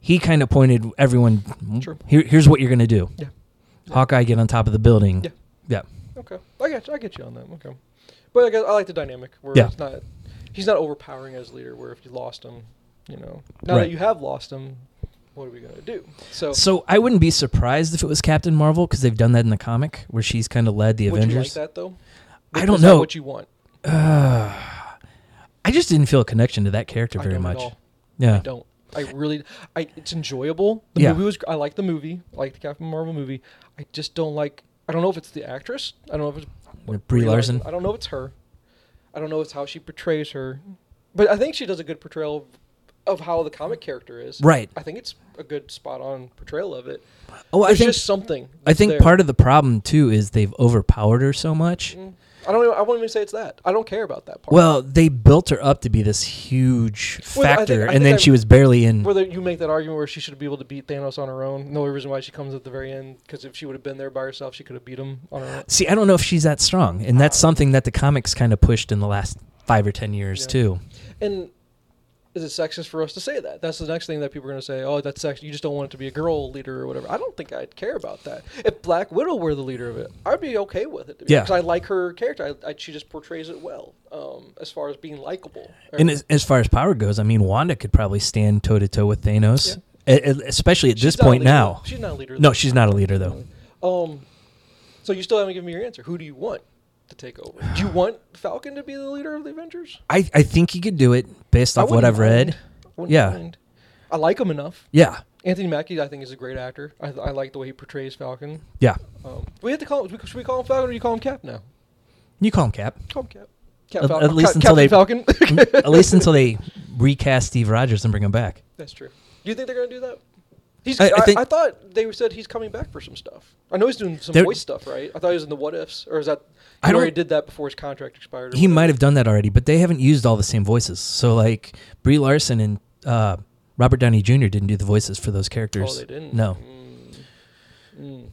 S3: he kind of pointed everyone.
S2: True.
S3: Here, here's what you're gonna do.
S2: Yeah.
S3: Hawkeye get on top of the building.
S2: Yeah.
S3: Yeah.
S2: of. Okay. I get, you, I get you on that. Okay. But I, guess, I like the dynamic where
S3: Yeah.
S2: it's not, he's not overpowering as leader, where if you lost him, you know, now
S3: Right.
S2: that you have lost him, what are we going to do? So,
S3: So I wouldn't be surprised if it was Captain Marvel because they've done that in the comic where she's kind of led the
S2: would you like
S3: Avengers.
S2: that, though?
S3: I
S2: Is
S3: don't
S2: that
S3: know.
S2: what you want.
S3: I just didn't feel a connection to that character
S2: I
S3: very
S2: don't at
S3: much.
S2: all.
S3: Yeah.
S2: I don't. I really. I. It's enjoyable. The
S3: Yeah.
S2: movie was. I like the movie. I like the Captain Marvel movie. I just don't like. I don't know if it's the actress. I don't know if it's
S3: Or Brie Larson.
S2: I don't know if it's her. I don't know if it's how she portrays her, but I think she does a good portrayal of, of how the comic character is.
S3: Right.
S2: I think it's a good spot on portrayal of it.
S3: Oh, I
S2: There's
S3: think
S2: just something.
S3: I think part of the problem too is they've overpowered her so much.
S2: Mm. I don't. Even, I won't even say it's that. I don't care about that part.
S3: Well, they built her up to be this huge
S2: Well, I think-
S3: factor,
S2: I think
S3: and then
S2: I-
S3: she was barely in.
S2: Whether you make that argument where she should be able to beat Thanos on her own, the only reason why she comes at the very end, because if she would have been there by herself, she could have beat him on her own.
S3: See, I don't know if she's that strong, and
S2: Ah.
S3: that's something that the comics kind of pushed in the last five or ten years
S2: Yeah.
S3: too.
S2: And is it sexist for us to say that? That's the next thing that people are going to say. Oh, that's sexist. You just don't want it to be a girl leader or whatever. I don't think I'd care about that. If Black Widow were the leader of it, I'd be okay with it.
S3: Yeah.
S2: Because I like her character. I, I, she just portrays it well um, as far as being likable.
S3: And as, as far as power goes, I mean, Wanda could probably stand toe to toe with Thanos, E- e- especially at
S2: She's
S3: this
S2: not a
S3: point
S2: leader.
S3: now.
S2: She's not a leader.
S3: No, she's not a leader though.
S2: Um, so you still haven't given me your answer. Who do you want to take over? Do you want Falcon to be the leader of the Avengers?
S3: I, I think he could do it based
S2: I
S3: off what
S2: wouldn't
S3: I've read.
S2: mind. I wouldn't
S3: Yeah.
S2: mind. I like him enough.
S3: Yeah,
S2: Anthony Mackie, I think, is a great actor. I, I like the way he portrays Falcon.
S3: Yeah.
S2: Um, we have to call. Should we call him Falcon or you call him Cap now?
S3: You call him Cap.
S2: Call him Cap. Cap
S3: At-
S2: Falcon.
S3: at least
S2: Ca-
S3: until they-
S2: Captain Falcon.
S3: At least until they recast Steve Rogers and bring him back.
S2: That's true. Do you think they're gonna do that? He's,
S3: I-
S2: I,
S3: I think-
S2: I thought they said he's coming back for some stuff. I know he's doing some
S3: They're-
S2: voice stuff, right? I thought he was in the What Ifs, or is that
S3: I
S2: he already
S3: don't-
S2: did that before his contract expired? or
S3: He
S2: whatever.
S3: might have done that already, but they haven't used all the same voices. So like Brie Larson and uh, Robert Downey Jr. didn't do the voices for those characters.
S2: Oh, they didn't.
S3: No,
S2: Mm. Mm.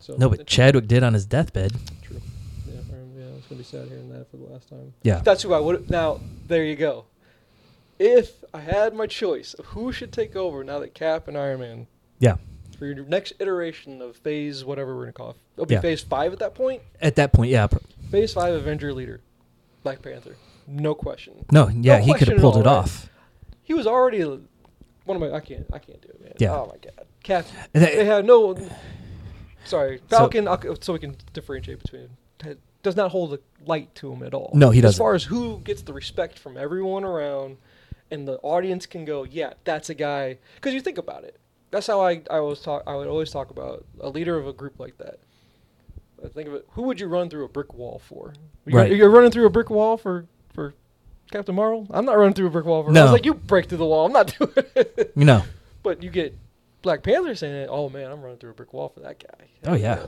S2: So
S3: no, but Chadwick did on his deathbed.
S2: True. Yeah, um, yeah, it's gonna be sad hearing that for the last time.
S3: Yeah.
S2: That's who I would. Now there you go. If I had my choice of who should take over now that Cap and Iron Man
S3: Yeah.
S2: for your next iteration of Phase whatever we're gonna call it, it'll be
S3: Yeah.
S2: Phase Five at that point.
S3: At that point, yeah. pr-
S2: Phase Five Avenger leader, Black Panther, no question.
S3: No, yeah, he could
S2: question
S3: have
S2: at
S3: pulled
S2: all,
S3: it
S2: right?
S3: off.
S2: He was already l- one of my. I can't. I can't do it, man.
S3: Yeah.
S2: Oh my god, Cap.
S3: And
S2: They
S3: that-
S2: have no. Sorry,
S3: So-
S2: Falcon. So, so we can differentiate between. ha- Does not hold a light to him at all.
S3: No, he
S2: As
S3: doesn't.
S2: far as who gets the respect from everyone around, and the audience can go, yeah, that's a guy. Because you think about it, that's how I I always talk. I would always talk about a leader of a group like that. I think of it. Who would you run through a brick wall for? You're,
S3: Right.
S2: you're running through a brick wall for for Captain Marvel. I'm not running through a brick wall for. I
S3: No.
S2: was like, you break through the wall. I'm not doing it.
S3: you know,
S2: But you get Black Panther saying, it, "Oh man, I'm running through a brick wall for that guy."
S3: Oh, yeah.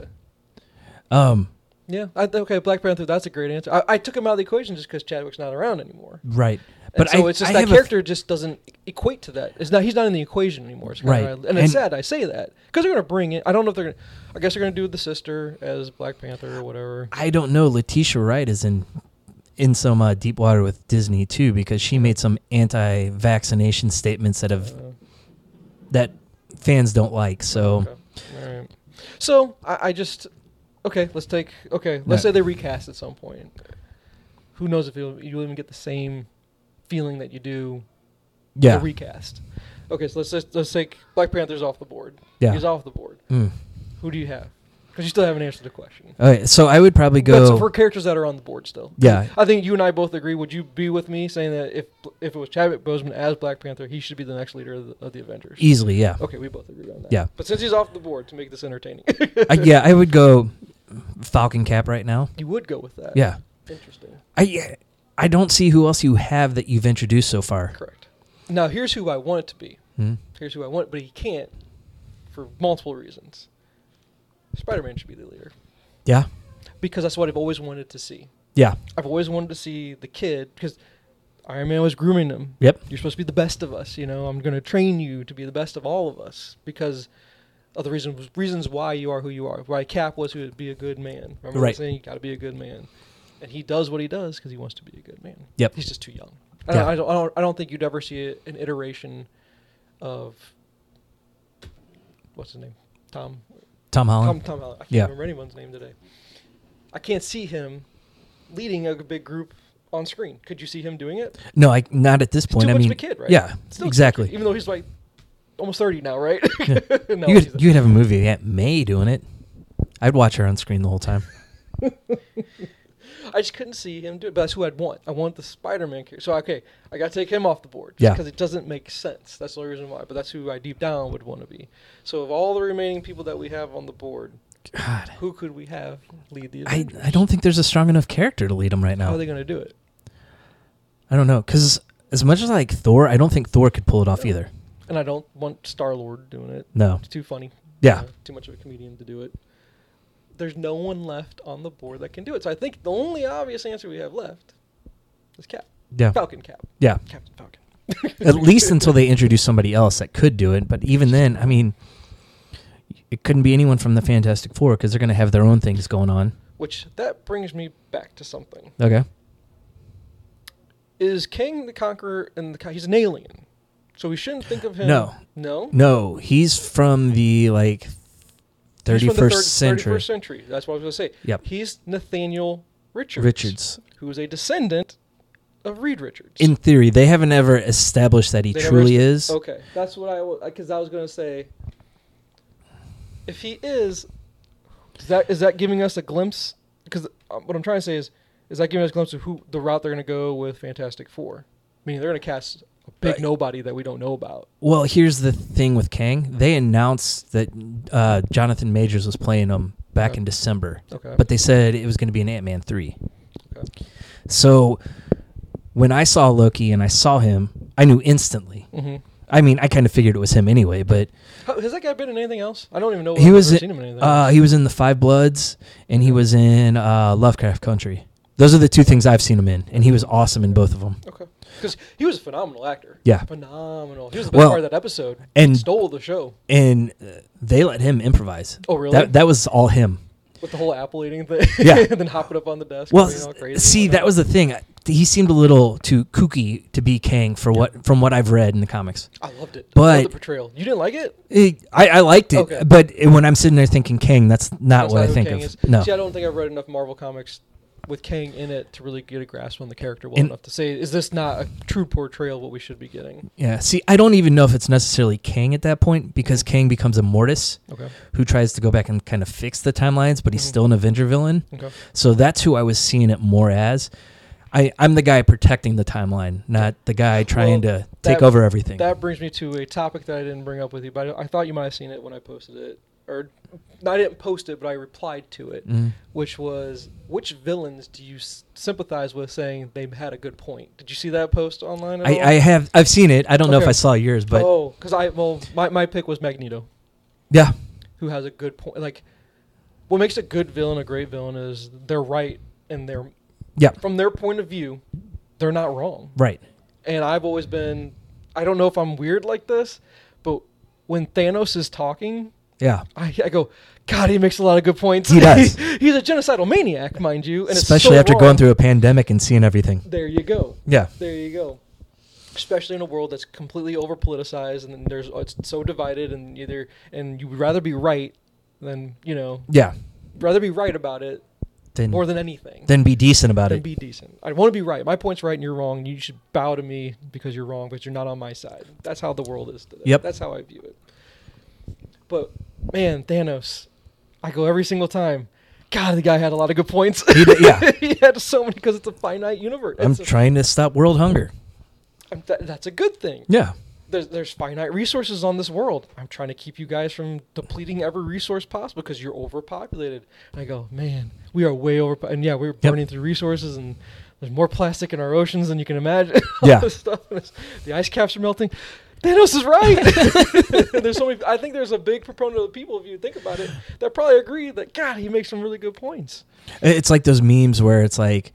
S3: um,
S2: yeah. I, th- okay, Black Panther. That's a great answer. I, I took him out of the equation just because Chadwick's not around anymore.
S3: right.
S2: But
S3: But
S2: and so
S3: I,
S2: it's just
S3: I
S2: that
S3: have a f-
S2: character just doesn't equate to that. It's not. He's not in the equation anymore. It's kinda
S3: Right.
S2: how I- and, it's
S3: And-
S2: sad. I say that because they're gonna bring it. I don't know if they're gonna. I guess they're gonna do the sister as Black Panther or whatever.
S3: I don't know. Letitia Wright is in in some uh, deep water with Disney too because she made some anti-vaccination statements that have
S2: Uh,
S3: that fans don't like. So
S2: Okay. All right. So I, I just okay. Let's take okay. Let's
S3: Yeah.
S2: say they recast at some point. Who knows if you'll, you'll even get the same feeling that you do
S3: yeah,
S2: the recast. Okay, so let's just, let's take Black Panther's off the board.
S3: Yeah.
S2: he's off the board.
S3: Mm.
S2: Who do you have? Because you still haven't answered the question.
S3: All right, so I would probably
S2: But so
S3: go.
S2: for characters that are on the board still.
S3: Yeah.
S2: I think you and I both agree. Would you be with me saying that if if it was Chadwick Boseman as Black Panther, he should be the next leader of the, of the Avengers?
S3: Easily, yeah,
S2: Okay, we both agree on that.
S3: Yeah.
S2: But since he's off the board, to make this entertaining,
S3: I, yeah. I would go Falcon Cap right now.
S2: you would go with that.
S3: Yeah,
S2: Interesting.
S3: I I don't see who else you have that you've introduced so far.
S2: Correct. Now here's who I want it to be.
S3: Hmm?
S2: Here's who I want, but he can't for multiple reasons. Spider-Man should be the leader
S3: Yeah,
S2: because that's what I've always wanted to see.
S3: yeah,
S2: I've always wanted to see the kid because Iron Man was grooming him.
S3: yep,
S2: You're supposed to be the best of us. You know, I'm going to train you to be the best of all of us because of the reasons reasons why you are who you are. Why Cap was who be a good man. Remember what I'm
S3: Right.
S2: saying? You got to be a good man, and he does what he does because he wants to be a good man.
S3: Yep.
S2: He's just too young. I, don't,
S3: Yeah.
S2: I, don't, I don't. I don't think you'd ever see an iteration of what's his name, Tom.
S3: Tom
S2: Tom,
S3: Holland.
S2: Tom Holland. I can't
S3: Yeah.
S2: remember anyone's name today. I can't see him leading a big group on screen. Could you see him doing it?
S3: no, I not at this
S2: It's too
S3: point. I
S2: much
S3: mean,
S2: of a kid, right?
S3: yeah,
S2: Still too much of a kid,
S3: exactly.
S2: even though he's like almost thirty now, right? no,
S3: you
S2: he's-
S3: could, you could have a movie of Aunt May doing it. I'd watch her on screen the whole time.
S2: I just couldn't see him do it. But that's who I'd want. I want the Spider-Man character. So okay, I got to take him off the board.
S3: Yeah.
S2: Because it doesn't make sense. That's the only reason why. But that's who I deep down would want to be. So of all the remaining people that we have on the board,
S3: God,
S2: who could we have lead the?
S3: I,
S2: Avengers?
S3: I don't think there's a strong enough character to lead him right
S2: How
S3: now.
S2: are they going to do it?
S3: I don't know because as much as I like Thor, I don't think Thor could pull it off either.
S2: And I don't want Star Lord doing it.
S3: No.
S2: It's too funny.
S3: Yeah.
S2: Uh, too much of a comedian to do it. There's no one left on the board that can do it. So I think the only obvious answer we have left is Cap.
S3: Yeah.
S2: Falcon Cap.
S3: Yeah.
S2: Captain Falcon.
S3: At least until they introduce somebody else that could do it. But even then, I mean, it couldn't be anyone from the Fantastic Four because they're going to have their own things going on.
S2: Which that brings me back to something.
S3: Okay.
S2: Is King the Conqueror and the Con- he's an alien. So we shouldn't think of him
S3: No.
S2: No.
S3: No, he's from the like
S2: He's
S3: 31st
S2: from the third-
S3: century.
S2: 31st century. That's what I was going to say.
S3: Yep.
S2: He's Nathaniel Richards.
S3: Richards.
S2: Who is a descendant of Reed Richards.
S3: In theory, they haven't ever established that he
S2: They never
S3: truly
S2: s-
S3: is.
S2: Okay, that's what I because I was gonna say. If he is, is that is that giving us a glimpse? Because what I'm trying to say is, is that giving us a glimpse of who the route they're gonna go with Fantastic Four? Meaning they're gonna cast a big
S3: Uh,
S2: nobody that we don't know about.
S3: Well, here's the thing with Kang. They announced that uh, Jonathan Majors was playing him back
S2: Okay.
S3: in December,
S2: Okay.
S3: but they said it was going to be an Ant Man 3.
S2: Okay.
S3: So when I saw Loki and I saw him, I knew instantly.
S2: Mhm.
S3: I mean, I kind of figured it was him anyway, but
S2: How- has that guy been in anything else? I don't even know.
S3: he
S2: I've
S3: was
S2: ever seen him in
S3: in,
S2: anything.
S3: uh, he was in the Five Bloods and he was in uh, Lovecraft Country. Those are the two things I've seen him in, and he was awesome in both of them.
S2: okay, because he was a phenomenal actor.
S3: Yeah.
S2: phenomenal. He was the best
S3: Well,
S2: part of that episode
S3: and-
S2: stole the show
S3: And uh, they let him improvise.
S2: Oh, really?
S3: That that was all him.
S2: with the whole apple eating thing.
S3: Yeah.
S2: and then hopping up on the desk.
S3: Well,
S2: and being all crazy and
S3: see, that
S2: whatnot.
S3: was the thing. I- He seemed a little too kooky to be Kang for what from what I've read in the comics.
S2: I loved it. I
S3: But- Uh,
S2: loved the portrayal. You didn't like it?
S3: I, I liked it,
S2: Okay.
S3: but when I'm sitting there thinking Kang, that's not
S2: That's
S3: what
S2: not
S3: I
S2: who
S3: think
S2: Kang
S3: of.
S2: is.
S3: No,
S2: See, I don't think I've read enough Marvel comics with Kang in it to really get a grasp on the character well
S3: And-
S2: enough to say, is this not a true portrayal of what we should be getting?
S3: yeah. See, I don't even know if it's necessarily Kang at that point because Kang becomes a Mortis
S2: Mm-hmm. Okay.
S3: who tries to go back and kind of fix the timelines, but he's
S2: Mhm.
S3: still an Avenger villain.
S2: Okay.
S3: So that's who I was seeing it more as. I, I'm the guy protecting the timeline, not the guy trying to take
S2: that-
S3: over everything.
S2: That brings me to a topic that I didn't bring up with you, but I, I thought you might have seen it when I posted it. Or no, I didn't post it, but I replied to it,
S3: Mm.
S2: which was which villains do you s- sympathize with saying they had a good point? Did you see that post online? At
S3: I,
S2: all?
S3: I have I've seen it. I don't know if
S2: Okay.
S3: I saw yours, but
S2: oh, because I well, my, my pick was Magneto.
S3: yeah,
S2: who has a good point. Like, what makes a good villain a great villain is they're right and they're
S3: Yeah.
S2: From their point of view, they're not wrong.
S3: right.
S2: And I've always been. I don't know if I'm weird like this, but when Thanos is talking,
S3: Yeah.
S2: I, I go, God, he makes a lot of good points.
S3: He does.
S2: He's a genocidal maniac, mind you, and it's
S3: Especially
S2: so
S3: after
S2: wrong.
S3: going through a pandemic and seeing everything.
S2: There you go.
S3: Yeah.
S2: There you go. Especially in a world that's completely over politicized and then there's it's so divided and either and you would rather be right than you know
S3: Yeah.
S2: rather be right about it
S3: Then
S2: more than anything
S3: then be decent about
S2: than
S3: it.
S2: be decent. I want to be right. My point's right and you're wrong. and You should bow to me because you're wrong, but you're not on my side. That's how the world is today.
S3: Yep.
S2: That's how I view it. But man, Thanos, I go every single time. God, the guy had a lot of good points.
S3: He did- yeah.
S2: he had so many because it's a finite universe.
S3: I'm
S2: It's a-
S3: trying to stop world hunger.
S2: I'm- that- that's a good thing.
S3: Yeah.
S2: there's, there's finite resources on this world. I'm trying to keep you guys from depleting every resource possible because you're overpopulated. And I go, man, we are way over. And yeah, we're burning through resources, and there's more plastic in our oceans than you can imagine. All
S3: Yeah.
S2: this stuff. And it's- the ice caps are melting. Thanos is right. there's so many. I think there's a big proponent of the people, if you think about it, that probably agree that God, he makes some really good points.
S3: It's like those memes where it's like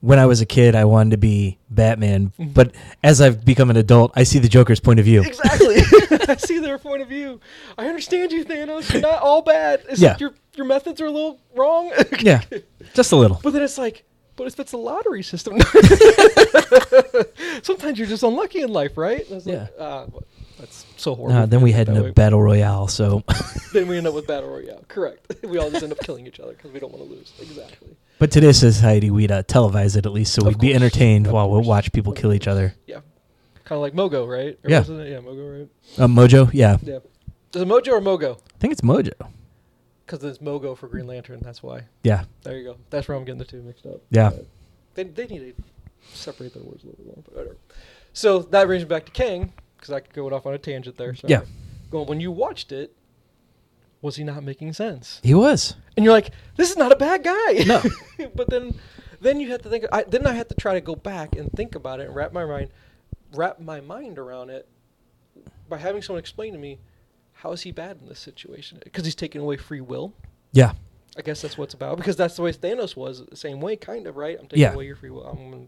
S3: when I was a kid I wanted to be Batman,
S2: Mm-hmm.
S3: but as I've become an adult, I see the Joker's point of view.
S2: Exactly. I see their point of view. I understand you, Thanos. You're not all bad. It's
S3: Yeah.
S2: just your your methods are a little wrong.
S3: Yeah. Just a little.
S2: But then it's like, but if it's a lottery system, sometimes you're just unlucky in life, right? And I was like,
S3: Yeah.
S2: ah, wha- that's so horrible.
S3: Uh, then we head
S2: That
S3: into
S2: way-
S3: battle royale, so
S2: Then we end up with battle royale. Correct. we all just end up killing each other because we don't want to lose. Exactly.
S3: But today's society, we'd uh, televise it at least, so
S2: Of
S3: we'd be
S2: course.
S3: entertained
S2: Of
S3: while we
S2: course.
S3: watch people
S2: Of
S3: kill each
S2: course.
S3: other.
S2: Yeah. Kind of like Mogo, right? Or
S3: Yeah.
S2: wasn't it? Yeah, Mogo, right?
S3: Uh, Mojo, yeah,
S2: Yeah. Is it Mojo or Mogo?
S3: I think it's Mojo.
S2: Because it's Mogo for Green Lantern. That's why.
S3: Yeah,
S2: There you go. That's where I'm getting the two mixed up.
S3: yeah,
S2: But They, they need to separate their words a little bit more, but whatever. So that brings me back to Kang, because I could go off on a tangent there. Sorry.
S3: Yeah.
S2: Going, when you watched it, was he not making sense?
S3: he was.
S2: And you're like, this is not a bad guy.
S3: No.
S2: but then then you have to think, I, then I had to try to go back and think about it and wrap my mind, wrap my mind around it by having someone explain to me, how is he bad in this situation? Because he's taking away free will.
S3: Yeah,
S2: I guess that's what it's about because that's the way Thanos was, the same way, kind of, right? I'm taking
S3: Yeah.
S2: away your free will. I'm, gonna-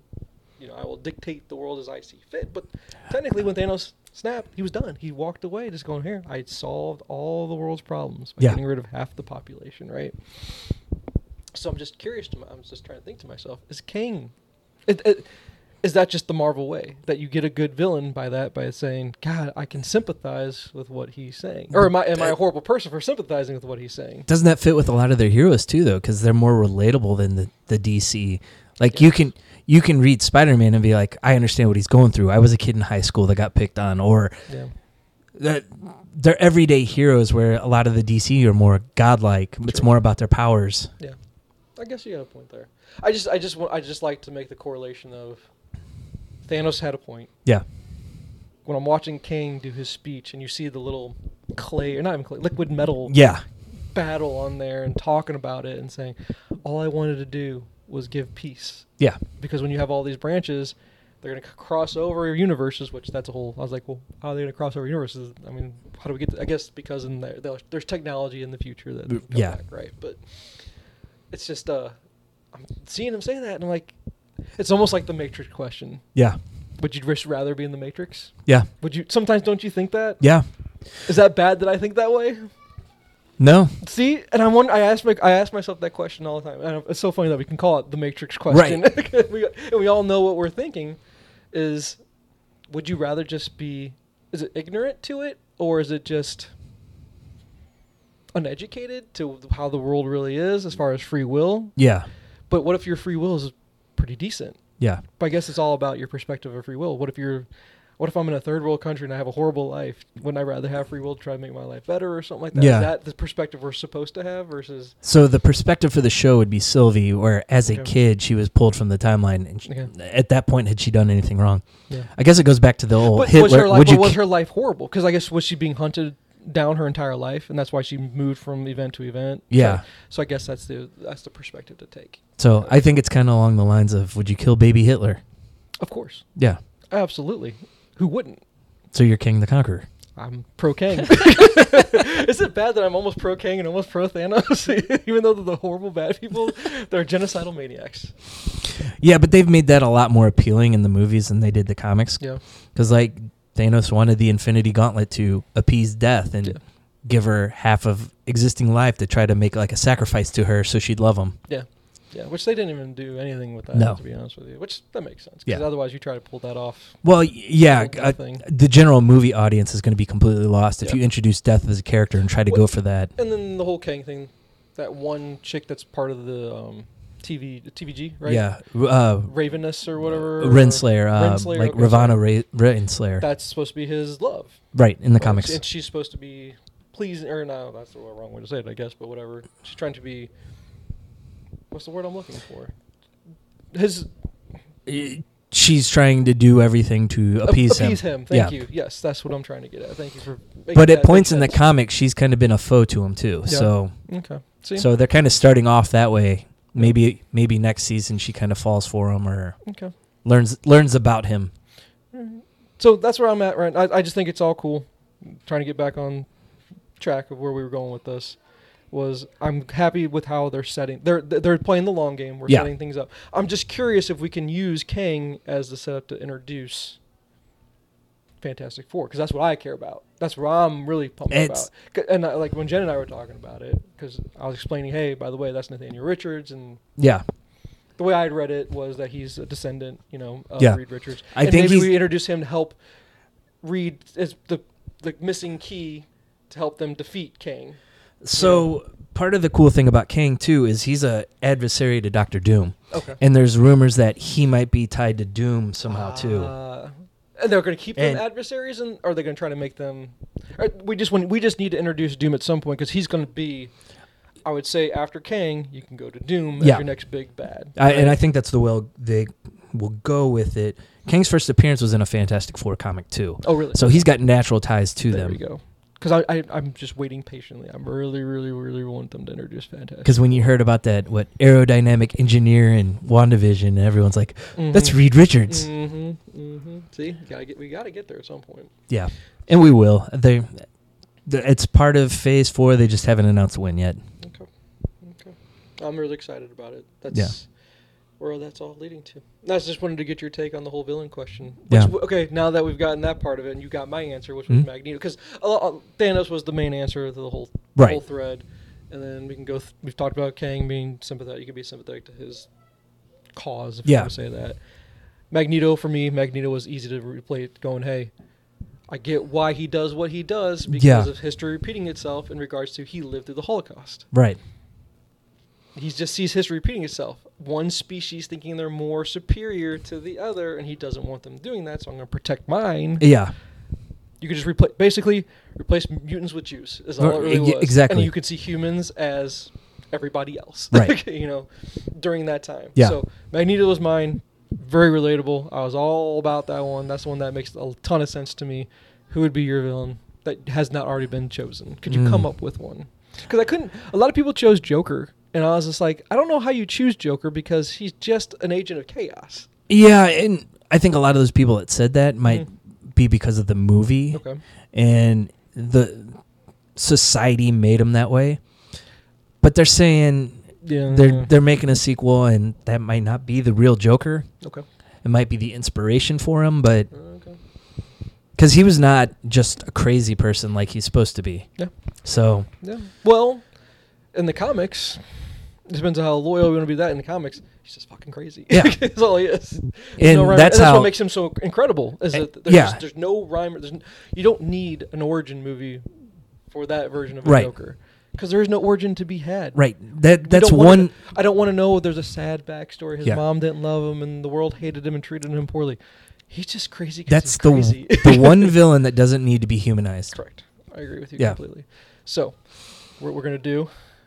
S2: you know, I will dictate the world as I see fit. But technically, when Thanos snapped, he was done. He walked away, just going here. I solved all the world's problems by
S3: Yeah.
S2: getting rid of half the population, right? So I'm just curious. To my, I'm just trying to think to myself: Is King? It, it, is that just the Marvel way that you get a good villain by that by saying, "God, I can sympathize with what he's saying," or am I am I a horrible person for sympathizing with what he's saying?
S3: doesn't that fit with a lot of their heroes too, though? Because they're more relatable than the, the DC. Like you can you can read Spider Man and be like, I understand what he's going through. I was a kid in high school that got picked on, or
S2: Yeah.
S3: that they're everyday heroes. Where a lot of the DC are more godlike. It's
S2: True.
S3: more about their powers.
S2: Yeah, I guess you got a point there. I just, I just, wa- I just like to make the correlation of Thanos had a point.
S3: Yeah,
S2: when I'm watching Kang do his speech, and you see the little clay, or not even clay, liquid metal
S3: Yeah.
S2: battle on there, and talking about it, and saying, "All I wanted to do was give peace."
S3: Yeah.
S2: Because when you have all these branches, they're gonna c- cross over universes, which that's a whole. I was like, well, how are they gonna cross over universes? I mean, how do we get? To, I guess because in there, there- there's technology in the future that
S3: Mm,
S2: come
S3: yeah.
S2: back, right? But it's just uh, I'm seeing him say that, and I'm like, it's almost like the Matrix question.
S3: Yeah.
S2: Would you risk rather be in the Matrix?
S3: Yeah.
S2: Would you? Sometimes don't you think that?
S3: Yeah.
S2: Is that bad that I think that way?
S3: No.
S2: See, and I wonder. I ask my, I ask myself that question all the time. And it's so funny that we can call it the Matrix question. we, and we all know what we're thinking is: Would you rather just be? Is it ignorant to it, or is it just uneducated to how the world really is as far as free will?
S3: Yeah.
S2: But what if your free will is pretty decent?
S3: Yeah.
S2: But I guess it's all about your perspective of free will. What if you're, what if I'm in a third world country and I have a horrible life? Wouldn't I rather have free will to try to make my life better or something like that? Is
S3: Yeah.
S2: that the perspective we're supposed to have versus
S3: So the perspective for the show would be Sylvie, where as a
S2: Okay.
S3: kid she was pulled from the timeline, and she,
S2: Okay.
S3: at that point had she done anything wrong?
S2: yeah.
S3: I guess it goes back to the old
S2: But
S3: Hitler.
S2: was her life
S3: would you
S2: but was
S3: ki-
S2: her life horrible? Because I guess was she being hunted down her entire life, and that's why she moved from event to event.
S3: Yeah.
S2: So, so I guess that's the that's the perspective to take.
S3: so I think it's kind of along the lines of Would you kill baby Hitler?
S2: Of course,
S3: Yeah.
S2: absolutely. Who wouldn't?
S3: So you're King the Conqueror.
S2: I'm pro Kang. Is it bad that I'm almost pro Kang and almost pro Thanos, even though they're the horrible bad people? They're genocidal maniacs.
S3: Yeah, but they've made that a lot more appealing in the movies than they did the comics.
S2: Yeah.
S3: Because like Thanos wanted the Infinity Gauntlet to appease death and
S2: Yeah.
S3: give her half of existing life to try to make like a sacrifice to her so she'd love him.
S2: Yeah, which they didn't even do anything with that,
S3: No.
S2: to be honest with you. Which that makes sense. Because
S3: Yeah.
S2: otherwise, you try to pull that off.
S3: Well, y- yeah,
S2: whole kind
S3: uh,
S2: of thing.
S3: the general movie audience is going to be completely lost if
S2: Yeah.
S3: you introduce death as a character and try to
S2: Wh-
S3: go for that.
S2: And then the whole Kang thing, that one chick that's part of the um, TV TVG, right?
S3: Yeah, r- uh,
S2: Ravenous or whatever.
S3: Renslayer, uh,
S2: Renslayer,
S3: like
S2: okay,
S3: Ravana Ra- Renslayer,
S2: That's supposed to be his love.
S3: right in the
S2: Well,
S3: comics.
S2: And she's supposed to be pleasing, or no, that's the wrong way to say it, I guess, but whatever. She's trying to be. What's the word I'm looking for? His
S3: Uh, She's trying to do everything to appease,
S2: appease him. Thank
S3: Yeah.
S2: you. Yes, that's what I'm trying to get at. Thank you for. making
S3: But
S2: that
S3: at
S2: make
S3: points in the
S2: sense.
S3: comics, she's kind of been a foe to him too.
S2: Yeah.
S3: So,
S2: Okay. See.
S3: so they're kind of starting off that way. Maybe, maybe next season she kind of falls for him or
S2: okay.
S3: learns learns about him.
S2: So that's where I'm at right. I, I just think it's all cool. Trying to get back on track of where we were going with this was I'm happy with how they're setting. They're they're playing the long game. We're
S3: Yeah.
S2: setting things up. I'm just curious if we can use Kang as the setup to introduce Fantastic Four because that's what I care about. That's what I'm really pumped
S3: It's-
S2: about. C- And I, like when Jen and I were talking about it, because I was explaining, hey, by the way, that's Nathaniel Richards, and
S3: Yeah,
S2: the way I had read it was that he's a descendant, you know, of
S3: Yeah.
S2: Reed Richards.
S3: I
S2: and
S3: think
S2: maybe
S3: he's-
S2: we introduce him to help Reed as the the missing key to help them defeat Kang.
S3: So part of the cool thing about Kang too is he's a adversary to Doctor Doom,
S2: Okay.
S3: and there's rumors that he might be tied to Doom somehow too.
S2: Uh, and they're going to keep them
S3: And-
S2: adversaries, and or are they going to try to make them? or We just want, we just need to introduce Doom at some point because he's going to be, I would say, after Kang, you can go to Doom as
S3: Yeah.
S2: your next big bad.
S3: I, and I think that's the will they will go with it. Kang's first appearance was in a Fantastic Four comic too,
S2: oh, really?
S3: so he's got natural ties to
S2: there we
S3: them.
S2: go. Because I, I I'm just waiting patiently. I really, really, really want them to introduce Fantastic.
S3: Because when you heard about that, what aerodynamic engineer and WandaVision, and everyone's like, "That's
S2: Mhm.
S3: Reed Richards,"
S2: Mm-hmm, mm-hmm. See, gotta get, we got to get there at some point.
S3: and we will. They, the- it's part of Phase Four. They just haven't announced when yet.
S2: Okay. I'm really excited about it. That's
S3: Yeah.
S2: where that's all leading to. I just wanted to get your take on the whole villain question. Which,
S3: Yeah.
S2: w- Okay, now that we've gotten that part of it, and you got my answer, which
S3: Mhm.
S2: was Magneto, because Thanos was the main answer to the whole whole
S3: Right.
S2: thread, and then we can go. Th- we've talked about Kang being sympathetic. You can be sympathetic to his cause, if
S3: Yeah.
S2: you want to say that. Magneto for me, Magneto was easy to replace. Going, hey, I get why he does what he does because
S3: Yeah.
S2: of history repeating itself in regards to he lived through the Holocaust.
S3: Right.
S2: He just sees history repeating itself. One species thinking they're more superior to the other, and he doesn't want them doing that. So I'm going to protect mine.
S3: Yeah.
S2: You could just replace, basically, replace mutants with Jews is all
S3: Or-
S2: it really
S3: yeah,
S2: was.
S3: exactly.
S2: And you could see humans as everybody else,
S3: Right.
S2: you know, during that time.
S3: Yeah.
S2: So Magneto was mine. Very relatable. I was all about that one. That's the one that makes a ton of sense to me. Who would be your villain that has not already been chosen? Could you
S3: Mm.
S2: come up with one? Because I couldn't. A lot of people chose Joker, and I was just like, I don't know how you choose Joker because he's just an agent of chaos.
S3: Yeah, and I think a lot of those people that said that might be because of the movie
S2: Mm-hmm. Okay.
S3: and the society made them that way. But they're saying
S2: Yeah.
S3: they're they're making a sequel, and that might not be the real Joker.
S2: okay.
S3: It might be the inspiration for him, but
S2: Okay.
S3: because he was not just a crazy person like he's supposed to be.
S2: Yeah.
S3: So
S2: Yeah. Well, in the comics, it depends on how loyal we want to be. to That in the comics, he's just fucking crazy.
S3: Yeah.
S2: that's all he is.
S3: And
S2: no rhyme-
S3: that's
S2: and that's
S3: how-
S2: what makes him so incredible. Is
S3: Eh,
S2: that there's,
S3: yeah.
S2: just- there's no rhyme. or- There's n- you don't need an origin movie for that version of a
S3: Right.
S2: Joker because there is no origin to be had.
S3: right, that
S2: We
S3: that's
S2: don't wanna-
S3: one.
S2: I don't want to know. There's a sad backstory. His
S3: Yeah.
S2: mom didn't love him, and the world hated him and treated him poorly. He's just crazy. 'cause
S3: That's
S2: he's
S3: the
S2: crazy.
S3: the one villain that doesn't need to be humanized.
S2: Correct. I agree with you
S3: Yeah.
S2: completely. So, what we're going to do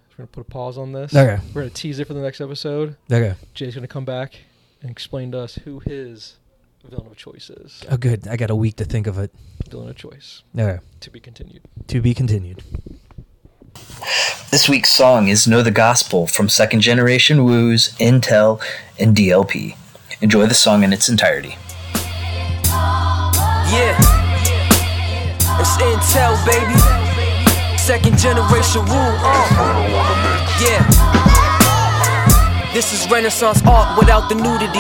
S2: is we're going to put a pause on this.
S3: Okay.
S2: We're going to tease it for the next episode.
S3: Okay.
S2: Jay's going to come back and explain to us who his villain of choice is.
S3: Oh, good. I got a week to think of it.
S2: Villain of choice
S3: Okay.
S2: to be continued.
S3: To be continued.
S4: This week's song is Know the Gospel from Second Generation Woos, Intel, and DLP. Enjoy the song in its entirety.
S1: Yeah. It's Intel, baby. Second generation woo. Uh. Yeah. This is Renaissance art without the nudity.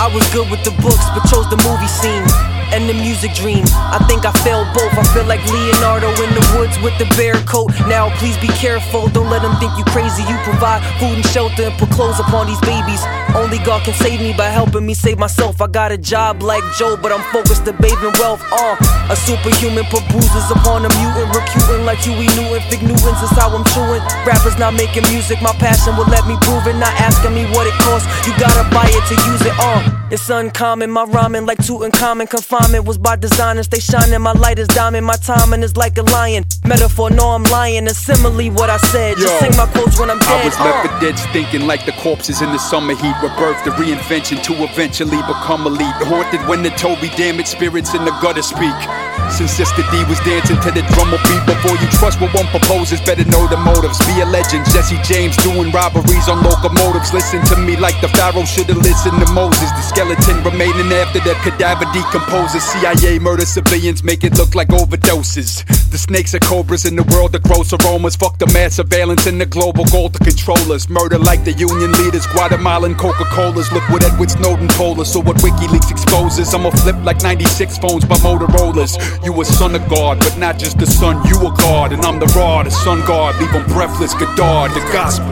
S1: I was good with the books, but chose the movie scene and the music dream. I think I failed both. I feel like Leonardo in the woods with the bear coat. Now, please be careful. Don't let them think you crazy. You provide food and shelter and put clothes upon these babies. Only God can save me by helping me save myself. I got a job like Joe, but I'm focused to bathing wealth. Uh, a superhuman put bruises upon a mutant, recruiting like Huey Newton. Fig Newtons is how I'm chewing. Rappers not making music, my passion will let me prove it. Not asking me what it costs, you gotta buy it to use it. Uh, it's uncommon, my rhyming like Tutankhamun. Confinement was by design and stay shining. My light is diamond, my timing is like a lion. Metaphor, no, I'm lying. It's simile what I said. Just
S5: Yo.
S1: sing my quotes when I'm
S5: I
S1: dead.
S5: was left
S1: uh.
S5: for dead stinking like the corpses in the summer heat. Were birthed to reinvention to eventually become elite. Haunted when the Toby damaged spirits in the gutter speak. Since Sister D was dancing to the drum beat before you trust what one proposes, better know the motives. Be a legend, Jesse James doing robberies on locomotives. Listen to me like the Pharaoh should have listened to Moses. The skeleton remaining after the cadaver decomposes. CIA murder civilians, make it look like overdoses. The snakes are cobras in the world, the gross aromas. Fuck the mass surveillance and the global goal to control us. Murder like the union leaders, Guatemalan Coca Colas. Look what Edward Snowden told us, or what WikiLeaks exposes. I'ma flip like 96 phones by Motorola's. You a son of God, but not just the son, you a God. And I'm the rod, the sun guard. Leave 'em breathless, Godard, the gospel.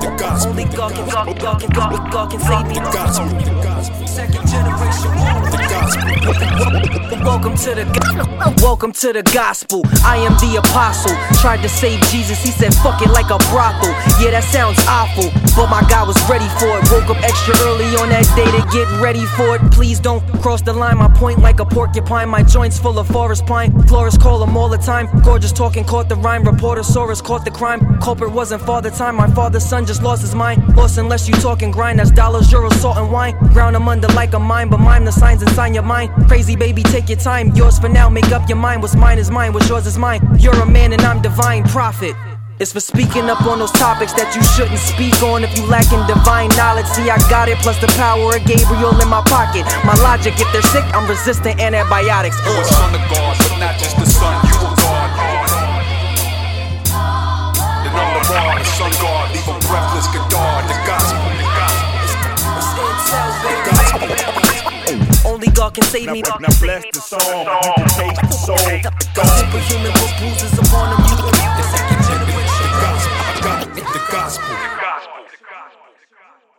S5: The gospel.
S1: Only God can, God, God can, God, God can save me. Second generation. Welcome to the go- welcome to the gospel. I am the apostle. Tried to save Jesus, he said, "Fuck it," like a brothel. Yeah, that sounds awful, but my God was ready for it. Woke up extra early on that day to get ready for it. Please don't cross the line. My point like a porcupine. My joints full of forest pine. Florists call them all the time. Gorgeous talking caught the rhyme. Reporter Soros caught the crime. Culprit wasn't father time. My father's son just lost his mind. Lost unless you talk and grind. That's dollars, euros, salt and wine. Ground them under like a mine, but mime the signs inside your mind. Crazy baby, take your time. Yours for now, make up your mind. What's mine is mine, what's yours is mine. You're a man and I'm divine prophet. It's for speaking up on those topics that you shouldn't speak on if you lacking divine knowledge. See, I got it, plus the power of Gabriel in my pocket. My logic, if they're sick, I'm resistant antibiotics. Uh.
S5: You a son of God, but not just the son, you a God. Then I'm the rod, the sun guard. Leave 'em breathless, Godard, the gospel. The gospel.
S1: Only God can save me.
S6: Now bless the song, you can taste the soul. The gospel,
S1: Superhuman was bruises upon him. You the second generation.
S6: the gospel, the gospel.